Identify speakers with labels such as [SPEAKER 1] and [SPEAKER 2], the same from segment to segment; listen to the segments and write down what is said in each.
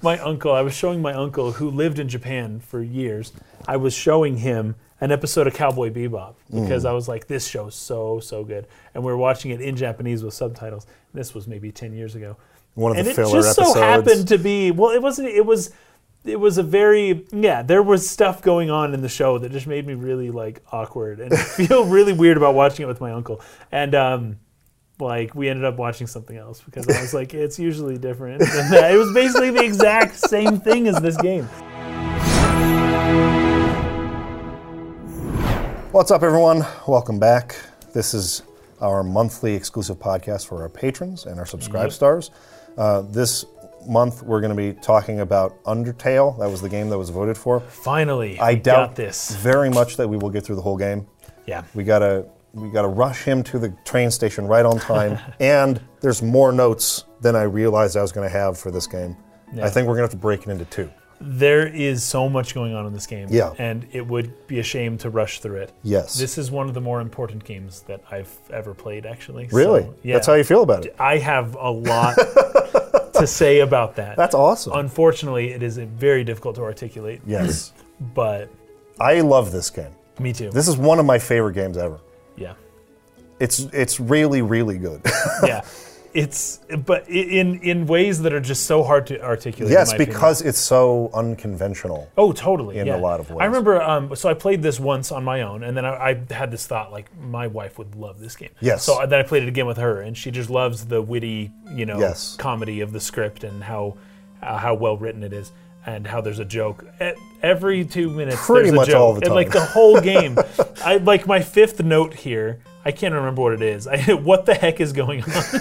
[SPEAKER 1] my uncle, I was showing my uncle who lived in Japan for years. I was showing him an episode of Cowboy Bebop because I was like, this show's so so good, and we were watching it in Japanese with subtitles. This was maybe ten years ago.
[SPEAKER 2] One of
[SPEAKER 1] and
[SPEAKER 2] the
[SPEAKER 1] it
[SPEAKER 2] filler
[SPEAKER 1] just
[SPEAKER 2] episodes.
[SPEAKER 1] so happened to be well, it wasn't. It was. It was a very yeah. There was stuff going on in the show that just made me really like awkward and feel really weird about watching it with my uncle. And um, like we ended up watching something else because I was like, it's usually different than that. It was basically the exact same thing as this game.
[SPEAKER 2] What's up, everyone? Welcome back. This is our monthly exclusive podcast for our patrons and our subscribe stars. Uh, this month, we're going to be talking about Undertale. That was the game that was voted for.
[SPEAKER 1] Finally,
[SPEAKER 2] I
[SPEAKER 1] we
[SPEAKER 2] doubt
[SPEAKER 1] got this.
[SPEAKER 2] very much that we will get through the whole game.
[SPEAKER 1] Yeah.
[SPEAKER 2] We gotta we gotta rush him to the train station right on time. and there's more notes than I realized I was gonna have for this game. I think we're gonna have to break it into two.
[SPEAKER 1] There is so much going on in this game.
[SPEAKER 2] Yeah.
[SPEAKER 1] And it would be a shame to rush through it.
[SPEAKER 2] Yes.
[SPEAKER 1] This is one of the more important games that I've ever played, actually. so,
[SPEAKER 2] really?
[SPEAKER 1] yeah.
[SPEAKER 2] That's how you feel about it.
[SPEAKER 1] I have a lot to say about that.
[SPEAKER 2] That's awesome.
[SPEAKER 1] Unfortunately, it is uh, very difficult to articulate,
[SPEAKER 2] yes.
[SPEAKER 1] but
[SPEAKER 2] I love this game.
[SPEAKER 1] me too.
[SPEAKER 2] This is one of my favorite games ever.
[SPEAKER 1] yeah.
[SPEAKER 2] It's it's really, really good.
[SPEAKER 1] yeah. It's but i- in in ways that are just so hard to articulate. in
[SPEAKER 2] yes,
[SPEAKER 1] my opinion.
[SPEAKER 2] because it's so unconventional.
[SPEAKER 1] Oh, totally.
[SPEAKER 2] in a
[SPEAKER 1] yeah.
[SPEAKER 2] lot of
[SPEAKER 1] I
[SPEAKER 2] ways.
[SPEAKER 1] remember, um, so I played this once on my own, and then I, I had this thought, like, my wife would love this game.
[SPEAKER 2] Yes.
[SPEAKER 1] So I- then I played it again with her, and she just loves the witty, you know,
[SPEAKER 2] Yes.
[SPEAKER 1] comedy of the script and how uh, how well written it is, and how there's a joke E- every two minutes.
[SPEAKER 2] Pretty
[SPEAKER 1] there's
[SPEAKER 2] much
[SPEAKER 1] a joke.
[SPEAKER 2] all the
[SPEAKER 1] And, like
[SPEAKER 2] time.
[SPEAKER 1] the whole game. I like my fifth note here. I can't remember what it is. I, what the heck is going on?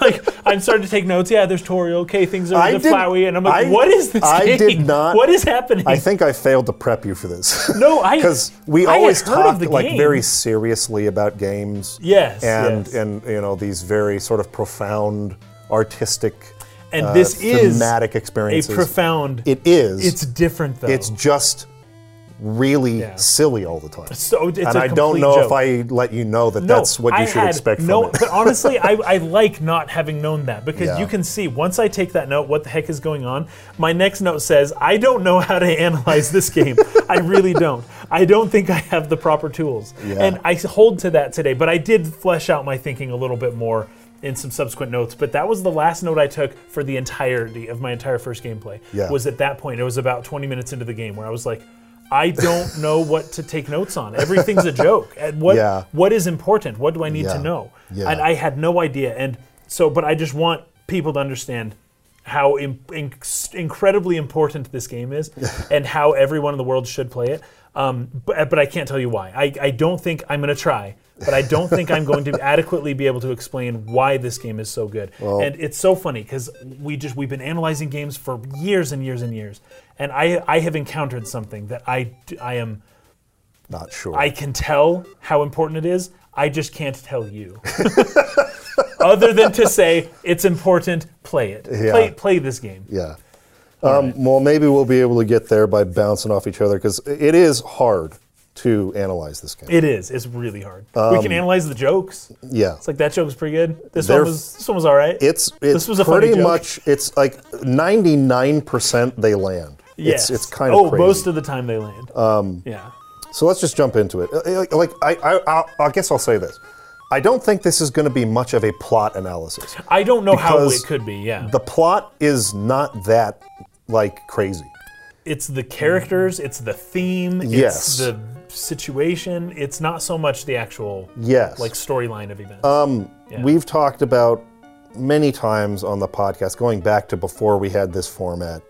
[SPEAKER 1] like I'm starting to take notes. Yeah, there's Tori. Okay, things are
[SPEAKER 2] I
[SPEAKER 1] the
[SPEAKER 2] did-
[SPEAKER 1] flowy, and I'm like,
[SPEAKER 2] I-
[SPEAKER 1] what is this?
[SPEAKER 2] I
[SPEAKER 1] game?
[SPEAKER 2] did not-
[SPEAKER 1] What is happening?
[SPEAKER 2] I think I failed to prep you for this.
[SPEAKER 1] No, I
[SPEAKER 2] because we
[SPEAKER 1] I had
[SPEAKER 2] always
[SPEAKER 1] heard of
[SPEAKER 2] talk
[SPEAKER 1] the
[SPEAKER 2] like
[SPEAKER 1] game.
[SPEAKER 2] very seriously about games.
[SPEAKER 1] Yes,
[SPEAKER 2] and
[SPEAKER 1] yes.
[SPEAKER 2] and you know these very sort of profound artistic,
[SPEAKER 1] and
[SPEAKER 2] uh,
[SPEAKER 1] this is a
[SPEAKER 2] thematic experiences.
[SPEAKER 1] profound.
[SPEAKER 2] it is.
[SPEAKER 1] it's different though.
[SPEAKER 2] it's just really
[SPEAKER 1] Yeah.
[SPEAKER 2] silly all the time.
[SPEAKER 1] so it's
[SPEAKER 2] and
[SPEAKER 1] I
[SPEAKER 2] I don't know if I let you know that that's what you
[SPEAKER 1] I
[SPEAKER 2] should
[SPEAKER 1] had
[SPEAKER 2] expect
[SPEAKER 1] no,
[SPEAKER 2] from it.
[SPEAKER 1] but honestly, I, I like not having known that because
[SPEAKER 2] Yeah.
[SPEAKER 1] you can see once I take that note, what the heck is going on. My next note says, I don't know how to analyze this game. I really don't. I don't think I have the proper tools,
[SPEAKER 2] Yeah.
[SPEAKER 1] and I hold to that today. But I did flesh out my thinking a little bit more. In some subsequent notes, but that was the last note I took for the entirety of my entire first gameplay.
[SPEAKER 2] Yeah.
[SPEAKER 1] Was at that point, it was about 20 minutes into the game where I was like, I don't know what to take notes on. Everything's a joke. And what
[SPEAKER 2] Yeah.
[SPEAKER 1] what is important? What do I need
[SPEAKER 2] Yeah.
[SPEAKER 1] to know?
[SPEAKER 2] Yeah.
[SPEAKER 1] And I had no idea. And so, but I just want people to understand how Im- inc- incredibly important this game is and how everyone in the world should play it. Um, but, but I can't tell you why. I, I don't think I'm going to try, but I don't think I'm going to adequately be able to explain why this game is so good. and it's so funny because we just we've been analyzing games for years and years and years, and I I have encountered something that I d- I am.
[SPEAKER 2] Not sure.
[SPEAKER 1] I can tell how important it is. I just can't tell you. Other than to say it's important, play it. Play play this game.
[SPEAKER 2] Yeah. Um, Well, maybe we'll be able to get there by bouncing off each other because it is hard to analyze this game.
[SPEAKER 1] It is. It's really hard. we can analyze the jokes. It's
[SPEAKER 2] yeah.
[SPEAKER 1] like that joke was pretty good. This
[SPEAKER 2] Um, They're-
[SPEAKER 1] one was this one was all right.
[SPEAKER 2] It's it's
[SPEAKER 1] This was a funny
[SPEAKER 2] pretty
[SPEAKER 1] joke.
[SPEAKER 2] much it's like ninety nine percent they land.
[SPEAKER 1] yes.
[SPEAKER 2] It's, it's kind of
[SPEAKER 1] oh,
[SPEAKER 2] crazy. Um,
[SPEAKER 1] most of the time they land. yeah.
[SPEAKER 2] so let's just jump into it. Uh, Like, like, I, I I'll- I guess I'll say this. I don't think this is going to be much of a plot analysis.
[SPEAKER 1] I don't know how
[SPEAKER 2] because
[SPEAKER 1] it could be. Yeah.
[SPEAKER 2] The plot is not that like crazy.
[SPEAKER 1] it's the characters. It's the theme.
[SPEAKER 2] Yes.
[SPEAKER 1] It's the situation. It's not so much the actual
[SPEAKER 2] Yes.
[SPEAKER 1] like storyline of events.
[SPEAKER 2] Uh, We've talked about many times on the podcast, going back to before we had this format,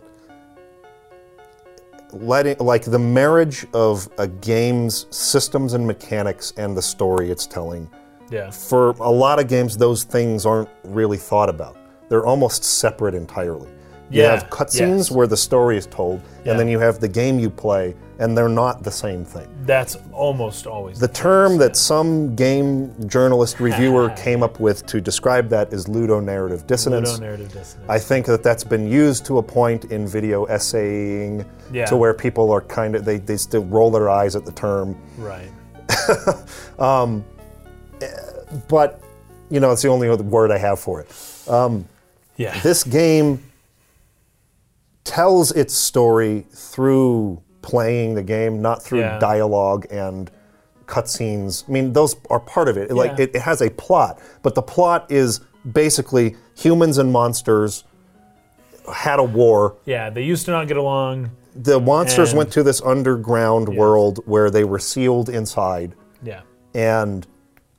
[SPEAKER 2] letting like the marriage of a game's systems and mechanics and the story it's telling.
[SPEAKER 1] yeah.
[SPEAKER 2] For a lot of games, those things aren't really thought about. They're almost separate entirely. You
[SPEAKER 1] Yeah,
[SPEAKER 2] have cutscenes
[SPEAKER 1] yes.
[SPEAKER 2] where the story is told,
[SPEAKER 1] Yeah.
[SPEAKER 2] and then you have the game you play, and they're not the same thing.
[SPEAKER 1] That's almost always
[SPEAKER 2] The term that some game journalist reviewer came up with to describe that is ludonarrative dissonance.
[SPEAKER 1] narrative dissonance.
[SPEAKER 2] I think that that's been used to a point in video essaying
[SPEAKER 1] Yeah.
[SPEAKER 2] to where people are kind of, they, they still roll their eyes at the term.
[SPEAKER 1] right.
[SPEAKER 2] But, you know, it's the only other word I have for it.
[SPEAKER 1] Yeah.
[SPEAKER 2] This game tells its story through playing the game, not through
[SPEAKER 1] Yeah.
[SPEAKER 2] dialogue and cutscenes. I mean, those are part of it. Like
[SPEAKER 1] Yeah.
[SPEAKER 2] it, it has a plot, but the plot is basically humans and monsters had a war.
[SPEAKER 1] Yeah, they used to not get along.
[SPEAKER 2] The monsters
[SPEAKER 1] And-
[SPEAKER 2] went to this underground world where they were sealed inside
[SPEAKER 1] Yeah.
[SPEAKER 2] and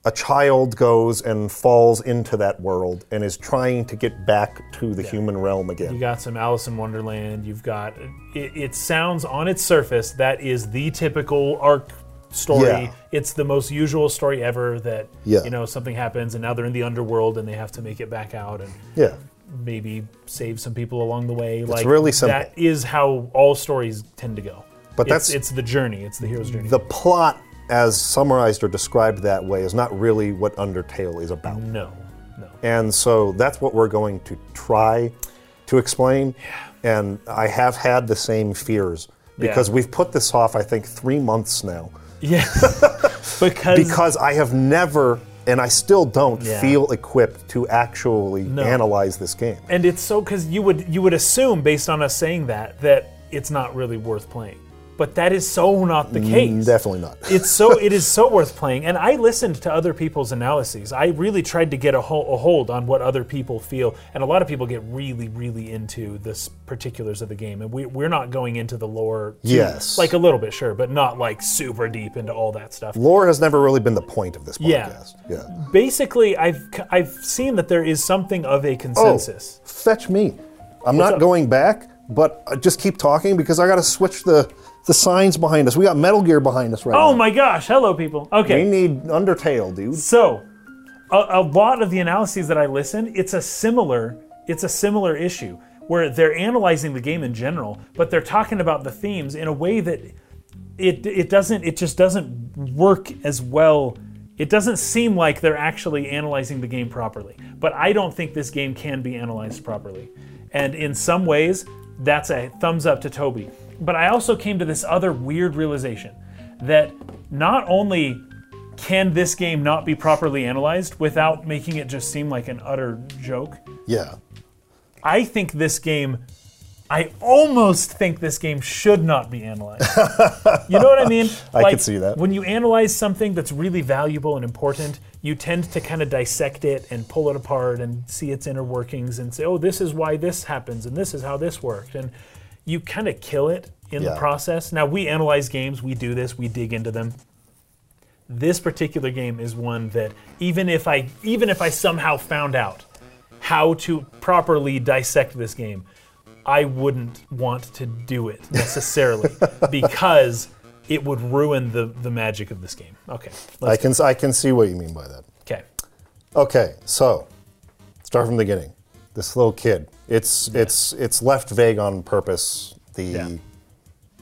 [SPEAKER 2] a child goes and falls into that world and is trying to get back to the human realm
[SPEAKER 1] You
[SPEAKER 2] again.
[SPEAKER 1] got some Alice in Wonderland. You've got. It, it sounds on its surface that is the typical arc story.
[SPEAKER 2] Yeah.
[SPEAKER 1] It's the most usual story ever. That
[SPEAKER 2] Yeah.
[SPEAKER 1] you know something happens and now they're in the underworld and they have to make it back out and
[SPEAKER 2] Yeah.
[SPEAKER 1] maybe save some people along the way. It's like
[SPEAKER 2] really simple.
[SPEAKER 1] That is how all stories tend to go.
[SPEAKER 2] But
[SPEAKER 1] It's-
[SPEAKER 2] that's-
[SPEAKER 1] it's the journey. It's the hero's journey.
[SPEAKER 2] The plot, as summarized or described that way, is not really what Undertale is about.
[SPEAKER 1] no, no.
[SPEAKER 2] And so that's what we're going to try to explain. And I have had the same fears because
[SPEAKER 1] Yeah.
[SPEAKER 2] we've put this off, I think, three months now.
[SPEAKER 1] Yeah, because,
[SPEAKER 2] Because I have never, and I still don't,
[SPEAKER 1] Yeah.
[SPEAKER 2] feel equipped to actually analyze this game.
[SPEAKER 1] and it's so because you would you would assume based on us saying that that it's not really worth playing, but that is so not
[SPEAKER 2] Mm,
[SPEAKER 1] the case.
[SPEAKER 2] Definitely not.
[SPEAKER 1] it's so it is so worth playing and i listened to other people's analyses i really tried to get a, ho- a hold on what other people feel and a lot of people get really really into the s- particulars of the game and we, we're not going into the lore too-
[SPEAKER 2] Yes.
[SPEAKER 1] like a little bit sure but not like super deep into all that stuff
[SPEAKER 2] Lore has never really been the point of this
[SPEAKER 1] Yeah.
[SPEAKER 2] podcast. Yeah.
[SPEAKER 1] basically i've c- i've seen that there is something of a consensus
[SPEAKER 2] Oh, fetch me. I'm not going back, but uh, just keep talking because I got to switch the the signs behind us. We got Metal Gear behind us right
[SPEAKER 1] oh,
[SPEAKER 2] now.
[SPEAKER 1] my gosh hello people okay
[SPEAKER 2] We need Undertale, dude.
[SPEAKER 1] So, a, a lot of the analyses that I listen, it's a similar, it's a similar issue where they're analyzing the game in general, but they're talking about the themes in a way that it it doesn't, it just doesn't work as well. It doesn't seem like they're actually analyzing the game properly. But I don't think this game can be analyzed properly, and in some ways, that's a thumbs up to Toby. But I also came to this other weird realization that not only can this game not be properly analyzed without making it just seem like an utter joke?
[SPEAKER 2] Yeah.
[SPEAKER 1] I think this game, I almost think this game should not be analyzed. you know what I mean?
[SPEAKER 2] I could see that.
[SPEAKER 1] When you analyze something that's really valuable and important, you tend to kind of dissect it and pull it apart and see its inner workings and say, oh, this is why this happens and this is how this worked. And you kind of kill it in
[SPEAKER 2] Yeah.
[SPEAKER 1] the process. Now, we analyze games, we do this, we dig into them this particular game is one that even if I even if I somehow found out how to properly dissect this game, I wouldn't want to do it necessarily because it would ruin the the magic of this game. Okay.
[SPEAKER 2] I
[SPEAKER 1] Let's,
[SPEAKER 2] can I can see what you mean by that.
[SPEAKER 1] okay.
[SPEAKER 2] Okay, so start from the beginning. This little kid. It's it's it's left vague on purpose. The
[SPEAKER 1] Yeah.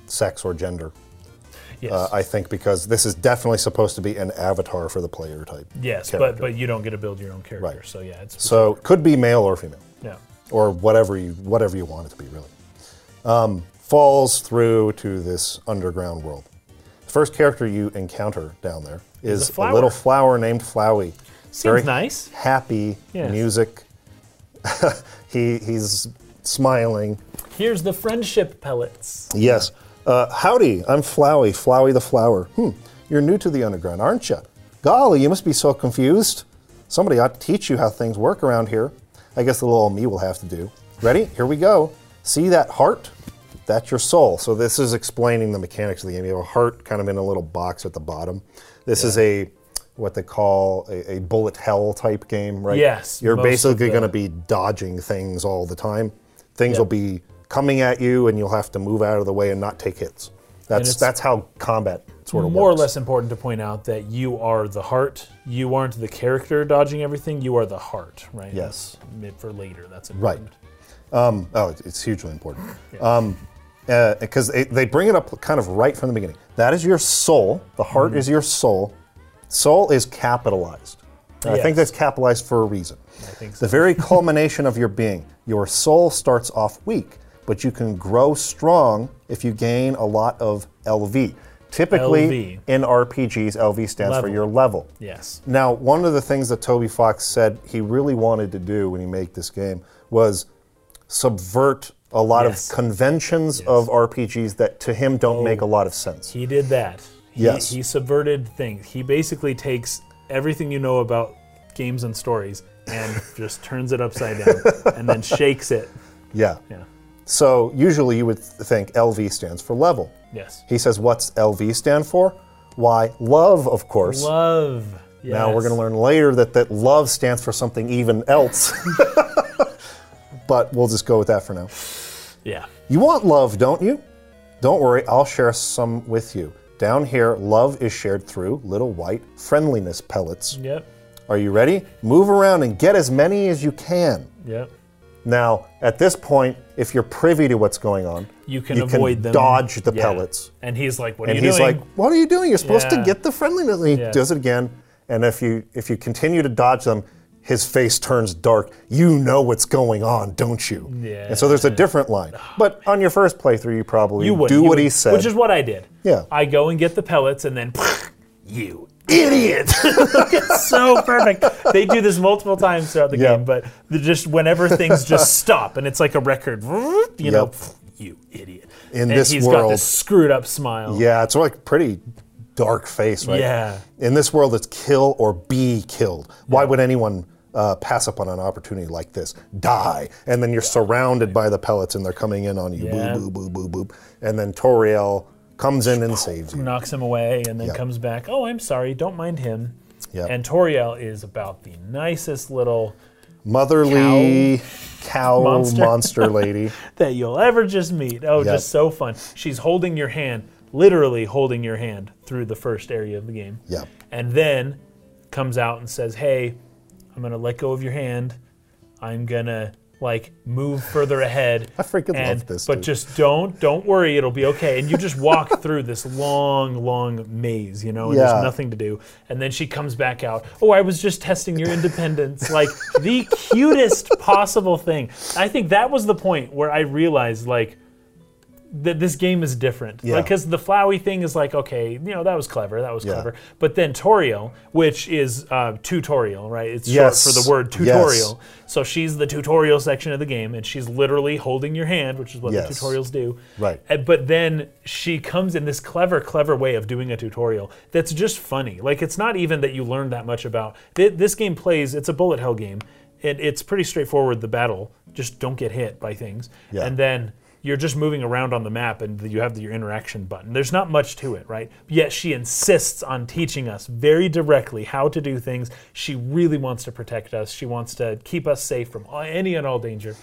[SPEAKER 2] sex or gender.
[SPEAKER 1] Yes.
[SPEAKER 2] Uh, I think because this is definitely supposed to be an avatar for the player type.
[SPEAKER 1] yes,
[SPEAKER 2] character.
[SPEAKER 1] but but you don't get to build your own character.
[SPEAKER 2] Right.
[SPEAKER 1] So yeah, it's
[SPEAKER 2] So it could be male or female.
[SPEAKER 1] yeah.
[SPEAKER 2] or whatever you whatever you want it to be really um, falls through to this underground world the first character you encounter down there is
[SPEAKER 1] a
[SPEAKER 2] a,
[SPEAKER 1] flower.
[SPEAKER 2] little flower named flowey
[SPEAKER 1] Seems
[SPEAKER 2] Very
[SPEAKER 1] nice.
[SPEAKER 2] happy
[SPEAKER 1] Yes.
[SPEAKER 2] music he, he's smiling
[SPEAKER 1] Here's the friendship pellets.
[SPEAKER 2] yes uh, howdy i'm flowey flowey the flower hmm you're new to the underground aren't you golly you must be so confused somebody ought to teach you how things work around here i guess the little old me will have to do ready here we go see that heart that's your soul so this is explaining the mechanics of the game you have a heart kind of in a little box at the bottom this is a what they call a, a bullet hell type game right
[SPEAKER 1] Yes,
[SPEAKER 2] you're
[SPEAKER 1] most of
[SPEAKER 2] basically
[SPEAKER 1] the-
[SPEAKER 2] going to be dodging things all the time. Things will be coming at you, and you'll have to move out of the way and not take hits. That's
[SPEAKER 1] it's-
[SPEAKER 2] that's how combat sort of
[SPEAKER 1] More or
[SPEAKER 2] works.
[SPEAKER 1] less important to point out that you are the heart. You aren't the character dodging everything. You are the heart, right?
[SPEAKER 2] Yes.
[SPEAKER 1] That's mid- for later. That's
[SPEAKER 2] Right.
[SPEAKER 1] important.
[SPEAKER 2] Um, oh, it's- it's hugely important. Because they, they bring it up kind of right from the beginning. That is your soul. The heart
[SPEAKER 1] Mm-hmm.
[SPEAKER 2] is your soul. Soul is capitalized. And I think
[SPEAKER 1] Yes.
[SPEAKER 2] that's capitalized for a reason.
[SPEAKER 1] I think so.
[SPEAKER 2] The very culmination of your being. Your soul starts off weak, but you can grow strong if you gain a lot of LV. Typically,
[SPEAKER 1] LV.
[SPEAKER 2] in RPGs, LV stands for
[SPEAKER 1] Level.
[SPEAKER 2] your level.
[SPEAKER 1] Yes.
[SPEAKER 2] Now, one of the things that Toby Fox said he really wanted to do when he made this game was subvert a lot
[SPEAKER 1] Yes. Oh.
[SPEAKER 2] of conventions of RPGs that to him don't make a lot of sense.
[SPEAKER 1] He did that. He,
[SPEAKER 2] Yes.
[SPEAKER 1] He subverted things. He basically takes everything you know about games and stories and just turns it upside down and then shakes it.
[SPEAKER 2] Yeah.
[SPEAKER 1] Yeah.
[SPEAKER 2] So usually you would think LV stands for level.
[SPEAKER 1] Yes.
[SPEAKER 2] He says, "What's LV stand for? Why love, of course."
[SPEAKER 1] Love.
[SPEAKER 2] Now we're going to learn later that that love stands for something even else. but we'll just go with that for now.
[SPEAKER 1] Yeah.
[SPEAKER 2] You want love, don't you? Don't worry, I'll share some with you. Down here, love is shared through little white friendliness pellets.
[SPEAKER 1] Yep.
[SPEAKER 2] Are you ready? Move around and get as many as you can.
[SPEAKER 1] Yep.
[SPEAKER 2] Now, at this point, if you're privy to what's going on,
[SPEAKER 1] You can
[SPEAKER 2] You can
[SPEAKER 1] avoid them.
[SPEAKER 2] dodge the
[SPEAKER 1] Yeah.
[SPEAKER 2] pellets.
[SPEAKER 1] And he's like, "What are
[SPEAKER 2] and
[SPEAKER 1] you
[SPEAKER 2] he's
[SPEAKER 1] doing?"
[SPEAKER 2] like, "What are you doing? You're supposed to
[SPEAKER 1] Yeah.
[SPEAKER 2] get the friendliness." And he
[SPEAKER 1] Yeah.
[SPEAKER 2] does it again, and if you if you continue to dodge them, his face turns dark. You know what's going on, don't you?
[SPEAKER 1] Yeah.
[SPEAKER 2] And so there's a different line. But on your first playthrough, you probably
[SPEAKER 1] You would
[SPEAKER 2] do
[SPEAKER 1] you
[SPEAKER 2] what
[SPEAKER 1] would,
[SPEAKER 2] he said.
[SPEAKER 1] which is what I did.
[SPEAKER 2] Yeah.
[SPEAKER 1] I go and get the pellets, and then you.
[SPEAKER 2] idiot.
[SPEAKER 1] It's so perfect. They do this multiple times throughout the
[SPEAKER 2] Yeah.
[SPEAKER 1] game, but the- just whenever things just stop, and it's like a record. You know,
[SPEAKER 2] Yep.
[SPEAKER 1] you idiot.
[SPEAKER 2] In
[SPEAKER 1] and
[SPEAKER 2] this
[SPEAKER 1] he's got
[SPEAKER 2] world.
[SPEAKER 1] this screwed up smile.
[SPEAKER 2] yeah, it's like pretty dark face, right?
[SPEAKER 1] Yeah.
[SPEAKER 2] In this world, it's kill or be killed. Why would anyone? Uh, pass up on an opportunity like this, die, and then you're surrounded by the pellets, and they're coming in on you.
[SPEAKER 1] Yeah.
[SPEAKER 2] Boop, boop, boop, boop, boop, and then Toriel comes in
[SPEAKER 1] Oh,
[SPEAKER 2] and saves you.
[SPEAKER 1] knocks him away and then comes back. Oh, I'm sorry. Don't mind him.
[SPEAKER 2] Yep.
[SPEAKER 1] And Toriel is about the nicest little
[SPEAKER 2] motherly cow, monster.
[SPEAKER 1] Monster.
[SPEAKER 2] lady.
[SPEAKER 1] that you'll ever just meet. Oh,
[SPEAKER 2] Yep.
[SPEAKER 1] just so fun. She's holding your hand, literally holding your hand through the first area of the game.
[SPEAKER 2] Yep.
[SPEAKER 1] And then comes out and says, "Hey, I'm going to let go of your hand. I'm going to like move further ahead."
[SPEAKER 2] I freaking
[SPEAKER 1] and,
[SPEAKER 2] love this
[SPEAKER 1] But
[SPEAKER 2] dude.
[SPEAKER 1] just don't don't worry, it'll be okay. And you just walk through this long long maze, you know, and
[SPEAKER 2] Yeah.
[SPEAKER 1] there's nothing to do. And then she comes back out. "Oh, I was just testing your independence." like the cutest possible thing. I think that was the point where I realized like that this game is different.
[SPEAKER 2] Yeah.
[SPEAKER 1] Because the flowy thing is like, okay, you know, that was clever, that was
[SPEAKER 2] Yeah.
[SPEAKER 1] clever. But then Toriel, which is uh, tutorial, right? It's
[SPEAKER 2] Yes.
[SPEAKER 1] short for the word
[SPEAKER 2] Yes.
[SPEAKER 1] tutorial. So she's the tutorial section of the game, and she's literally holding your hand, which is what
[SPEAKER 2] Yes.
[SPEAKER 1] the tutorials do.
[SPEAKER 2] Right.
[SPEAKER 1] Uh, But then she comes in this clever, clever way of doing a tutorial that's just funny. Like, it's not even that you learn that much about. Th- this game plays, it's a bullet hell game, and it's pretty straightforward, the battle. Just don't get hit by things.
[SPEAKER 2] Yeah.
[SPEAKER 1] And then you're just moving around on the map and you have your interaction button. There's not much to it, right? Yet she insists on teaching us very directly how to do things. She really wants to protect us. She wants to keep us safe from all- any and all danger.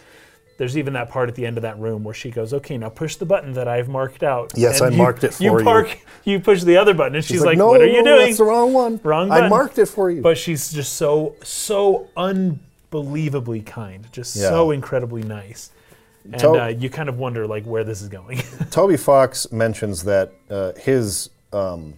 [SPEAKER 1] There's even that part at the end of that room where she goes, "Okay, now push the button that I've marked out."
[SPEAKER 2] Yes,
[SPEAKER 1] And
[SPEAKER 2] I
[SPEAKER 1] you-
[SPEAKER 2] marked it
[SPEAKER 1] You
[SPEAKER 2] for you.
[SPEAKER 1] park, you. push the other button, and she's,
[SPEAKER 2] He's
[SPEAKER 1] like, "What are you doing?"
[SPEAKER 2] That's the wrong one.
[SPEAKER 1] Wrong
[SPEAKER 2] I
[SPEAKER 1] button.
[SPEAKER 2] marked it for you.
[SPEAKER 1] But she's just so so unbelievably kind, just
[SPEAKER 2] Yeah.
[SPEAKER 1] so incredibly nice, and
[SPEAKER 2] So-
[SPEAKER 1] uh, you kind of wonder like where this is going.
[SPEAKER 2] Toby Fox mentions that uh, his um,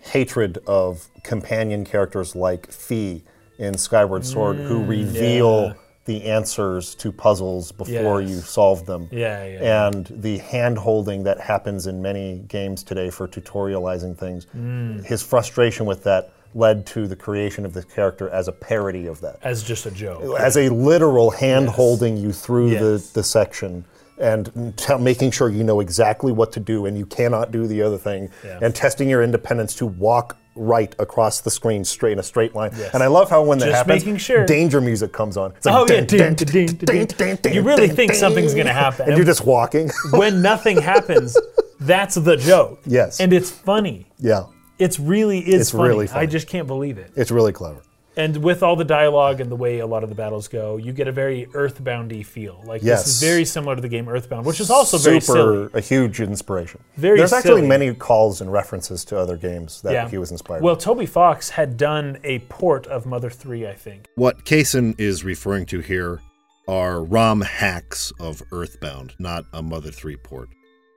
[SPEAKER 2] hatred of companion characters like Fee in Skyward Sword, who reveal
[SPEAKER 1] Mm, yeah.
[SPEAKER 2] the answers to puzzles before
[SPEAKER 1] Yes.
[SPEAKER 2] you solve them.
[SPEAKER 1] yeah, yeah.
[SPEAKER 2] and the hand holding that happens in many games today for tutorializing things.
[SPEAKER 1] Mm.
[SPEAKER 2] His frustration with that led to the creation of the character as a parody of that,
[SPEAKER 1] As just a joke.
[SPEAKER 2] as a literal hand holding you through
[SPEAKER 1] Yes.
[SPEAKER 2] the, the section and t- making sure you know exactly what to do and you cannot do the other thing,
[SPEAKER 1] Yeah.
[SPEAKER 2] and testing your independence to walk. Right across the screen, straight in a straight line,
[SPEAKER 1] Yes.
[SPEAKER 2] and I love how when that
[SPEAKER 1] Just
[SPEAKER 2] happens,
[SPEAKER 1] making sure.
[SPEAKER 2] danger music comes on. It's like,
[SPEAKER 1] Oh yeah,
[SPEAKER 2] dun,
[SPEAKER 1] ding,
[SPEAKER 2] dun,
[SPEAKER 1] ding, ding,
[SPEAKER 2] dun,
[SPEAKER 1] ding,
[SPEAKER 2] dun, dun,
[SPEAKER 1] You really
[SPEAKER 2] dun,
[SPEAKER 1] think
[SPEAKER 2] dun.
[SPEAKER 1] something's gonna happen,
[SPEAKER 2] and you're just walking.
[SPEAKER 1] when nothing happens, that's the joke.
[SPEAKER 2] Yes.
[SPEAKER 1] and it's funny.
[SPEAKER 2] Yeah,
[SPEAKER 1] It's really is
[SPEAKER 2] It's
[SPEAKER 1] funny.
[SPEAKER 2] really funny.
[SPEAKER 1] I just can't believe it.
[SPEAKER 2] it's really clever.
[SPEAKER 1] And with all the dialogue and the way a lot of the battles go, you get a very Earthboundy feel. Like
[SPEAKER 2] Yes.
[SPEAKER 1] this is very similar to the game Earthbound, which is also very silly.
[SPEAKER 2] Super, a huge inspiration.
[SPEAKER 1] Very
[SPEAKER 2] There's actually
[SPEAKER 1] silly.
[SPEAKER 2] many calls and references to other games that
[SPEAKER 1] Yeah.
[SPEAKER 2] he was inspired.
[SPEAKER 1] Well, Toby Fox had done a port of Mother 3, I think.
[SPEAKER 3] What Kaysen is referring to here are ROM hacks of Earthbound, not a Mother 3 port,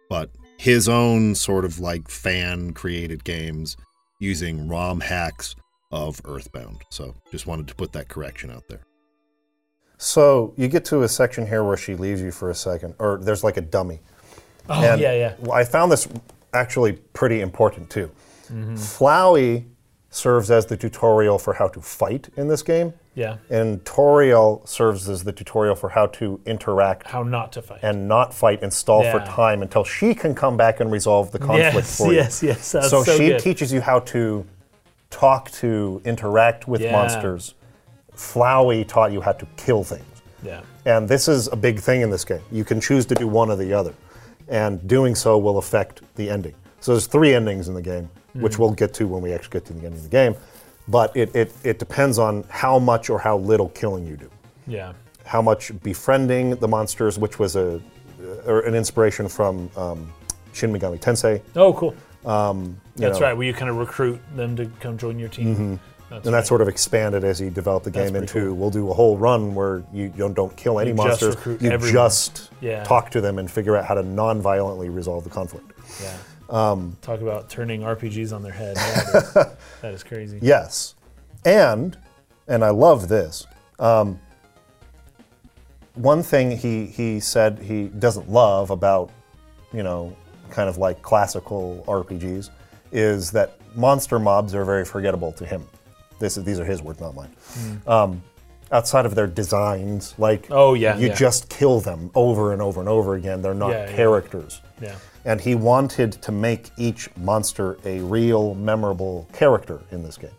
[SPEAKER 3] but his own sort of like fan created games using ROM hacks of Earthbound. So just wanted to put that correction out there.
[SPEAKER 2] so you get to a section here where she leaves you for a second, or there's like a dummy.
[SPEAKER 1] Oh,
[SPEAKER 2] And
[SPEAKER 1] yeah, yeah.
[SPEAKER 2] I found this actually pretty important
[SPEAKER 1] Mm-hmm.
[SPEAKER 2] too. Flowey serves as the tutorial for how to fight in this game.
[SPEAKER 1] Yeah.
[SPEAKER 2] And Toriel serves as the tutorial for how to interact
[SPEAKER 1] How not to fight.
[SPEAKER 2] and not fight and stall for
[SPEAKER 1] Yeah.
[SPEAKER 2] time until she can come back and resolve the conflict
[SPEAKER 1] yes,
[SPEAKER 2] for you.
[SPEAKER 1] yes, yes. That's
[SPEAKER 2] so,
[SPEAKER 1] so,
[SPEAKER 2] she
[SPEAKER 1] good.
[SPEAKER 2] teaches you how to talk to, interact with
[SPEAKER 1] Yeah.
[SPEAKER 2] monsters. Flowey taught you how to kill things.
[SPEAKER 1] yeah.
[SPEAKER 2] And this is a big thing in this game. You can choose to do one or the other, and doing so will affect the ending. So there's three endings in the game, which
[SPEAKER 1] Hmm.
[SPEAKER 2] we'll get to when we actually get to the end of the game. But it, it, it depends on how much or how little killing you do,
[SPEAKER 1] Yeah.
[SPEAKER 2] how much befriending the monsters, which was a or an inspiration from um, Shin Megami Tensei, um,
[SPEAKER 1] Oh, cool. That's
[SPEAKER 2] know. Mm-hmm.
[SPEAKER 1] right. Where you kind of recruit them to come join your team. That's
[SPEAKER 2] and
[SPEAKER 1] right.
[SPEAKER 2] that sort of expanded as he developed the game
[SPEAKER 1] pretty
[SPEAKER 2] into we'll do a whole run where you don't, don't kill any
[SPEAKER 1] You just
[SPEAKER 2] monsters,
[SPEAKER 1] recruit
[SPEAKER 2] you
[SPEAKER 1] everyone.
[SPEAKER 2] just
[SPEAKER 1] Yeah.
[SPEAKER 2] talk to them and figure out how to non-violently resolve the conflict.
[SPEAKER 1] Yeah.
[SPEAKER 2] um,
[SPEAKER 1] Talk about turning RPGs on their head. That is, that is crazy.
[SPEAKER 2] Yes, and and I love this. Um, one thing he he said he doesn't love about you know kind of like classical RPGs is that monster mobs are very forgettable to him. This is, these are his words, not mine. Um, outside of their designs, like
[SPEAKER 1] Hmm. Oh, yeah,
[SPEAKER 2] you
[SPEAKER 1] yeah.
[SPEAKER 2] just kill them over and over and over again. They're not
[SPEAKER 1] Yeah, yeah.
[SPEAKER 2] characters
[SPEAKER 1] Yeah.
[SPEAKER 2] and he wanted to make each monster a real, memorable character in this game.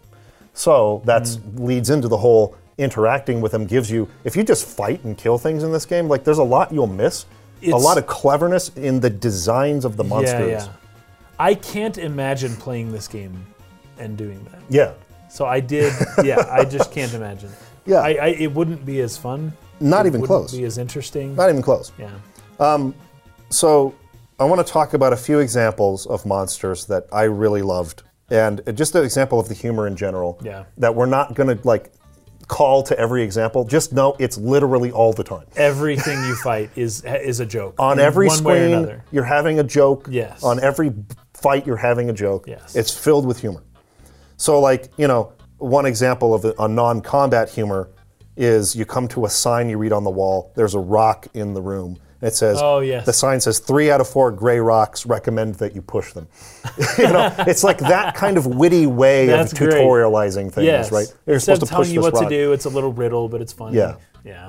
[SPEAKER 2] So that
[SPEAKER 1] Mm.
[SPEAKER 2] leads into the whole interacting with them gives you. If you just fight and kill things in this game, like there's a lot you'll miss, a
[SPEAKER 1] It's-
[SPEAKER 2] lot of cleverness in the designs of the monsters.
[SPEAKER 1] Yeah, yeah. I can't imagine playing this game and doing that.
[SPEAKER 2] Yeah.
[SPEAKER 1] So I did. Yeah, I just can't imagine. it.
[SPEAKER 2] Yeah.
[SPEAKER 1] I, I, it wouldn't be as fun.
[SPEAKER 2] Not
[SPEAKER 1] It
[SPEAKER 2] even
[SPEAKER 1] wouldn't
[SPEAKER 2] close.
[SPEAKER 1] Be as interesting.
[SPEAKER 2] Not even close.
[SPEAKER 1] yeah.
[SPEAKER 2] So I want to talk about a few examples of monsters that I really loved, and uh, just an example of the humor in general.
[SPEAKER 1] Yeah.
[SPEAKER 2] That we're not going to like call to every example. Just know it's literally all the time.
[SPEAKER 1] Everything you fight is is a joke
[SPEAKER 2] On
[SPEAKER 1] in
[SPEAKER 2] every
[SPEAKER 1] one way or
[SPEAKER 2] screen,
[SPEAKER 1] another.
[SPEAKER 2] you're having a joke.
[SPEAKER 1] Yes.
[SPEAKER 2] On every b- fight, you're having a joke.
[SPEAKER 1] Yes.
[SPEAKER 2] It's filled with humor. So, like, you know, one example of a non combat humor is you come to a sign you read on the wall, there's a rock in the room. and It says,
[SPEAKER 1] Oh, yes.
[SPEAKER 2] the sign says, three out of four gray rocks recommend that you push them. you know, it's like that kind of witty way
[SPEAKER 1] That's
[SPEAKER 2] of
[SPEAKER 1] great.
[SPEAKER 2] tutorializing things,
[SPEAKER 1] Yes.
[SPEAKER 2] right? You're
[SPEAKER 1] Instead
[SPEAKER 2] supposed to
[SPEAKER 1] of telling
[SPEAKER 2] push
[SPEAKER 1] you
[SPEAKER 2] this
[SPEAKER 1] what to
[SPEAKER 2] rock.
[SPEAKER 1] do, it's a little riddle, but it's funny.
[SPEAKER 2] Yeah.
[SPEAKER 1] Yeah.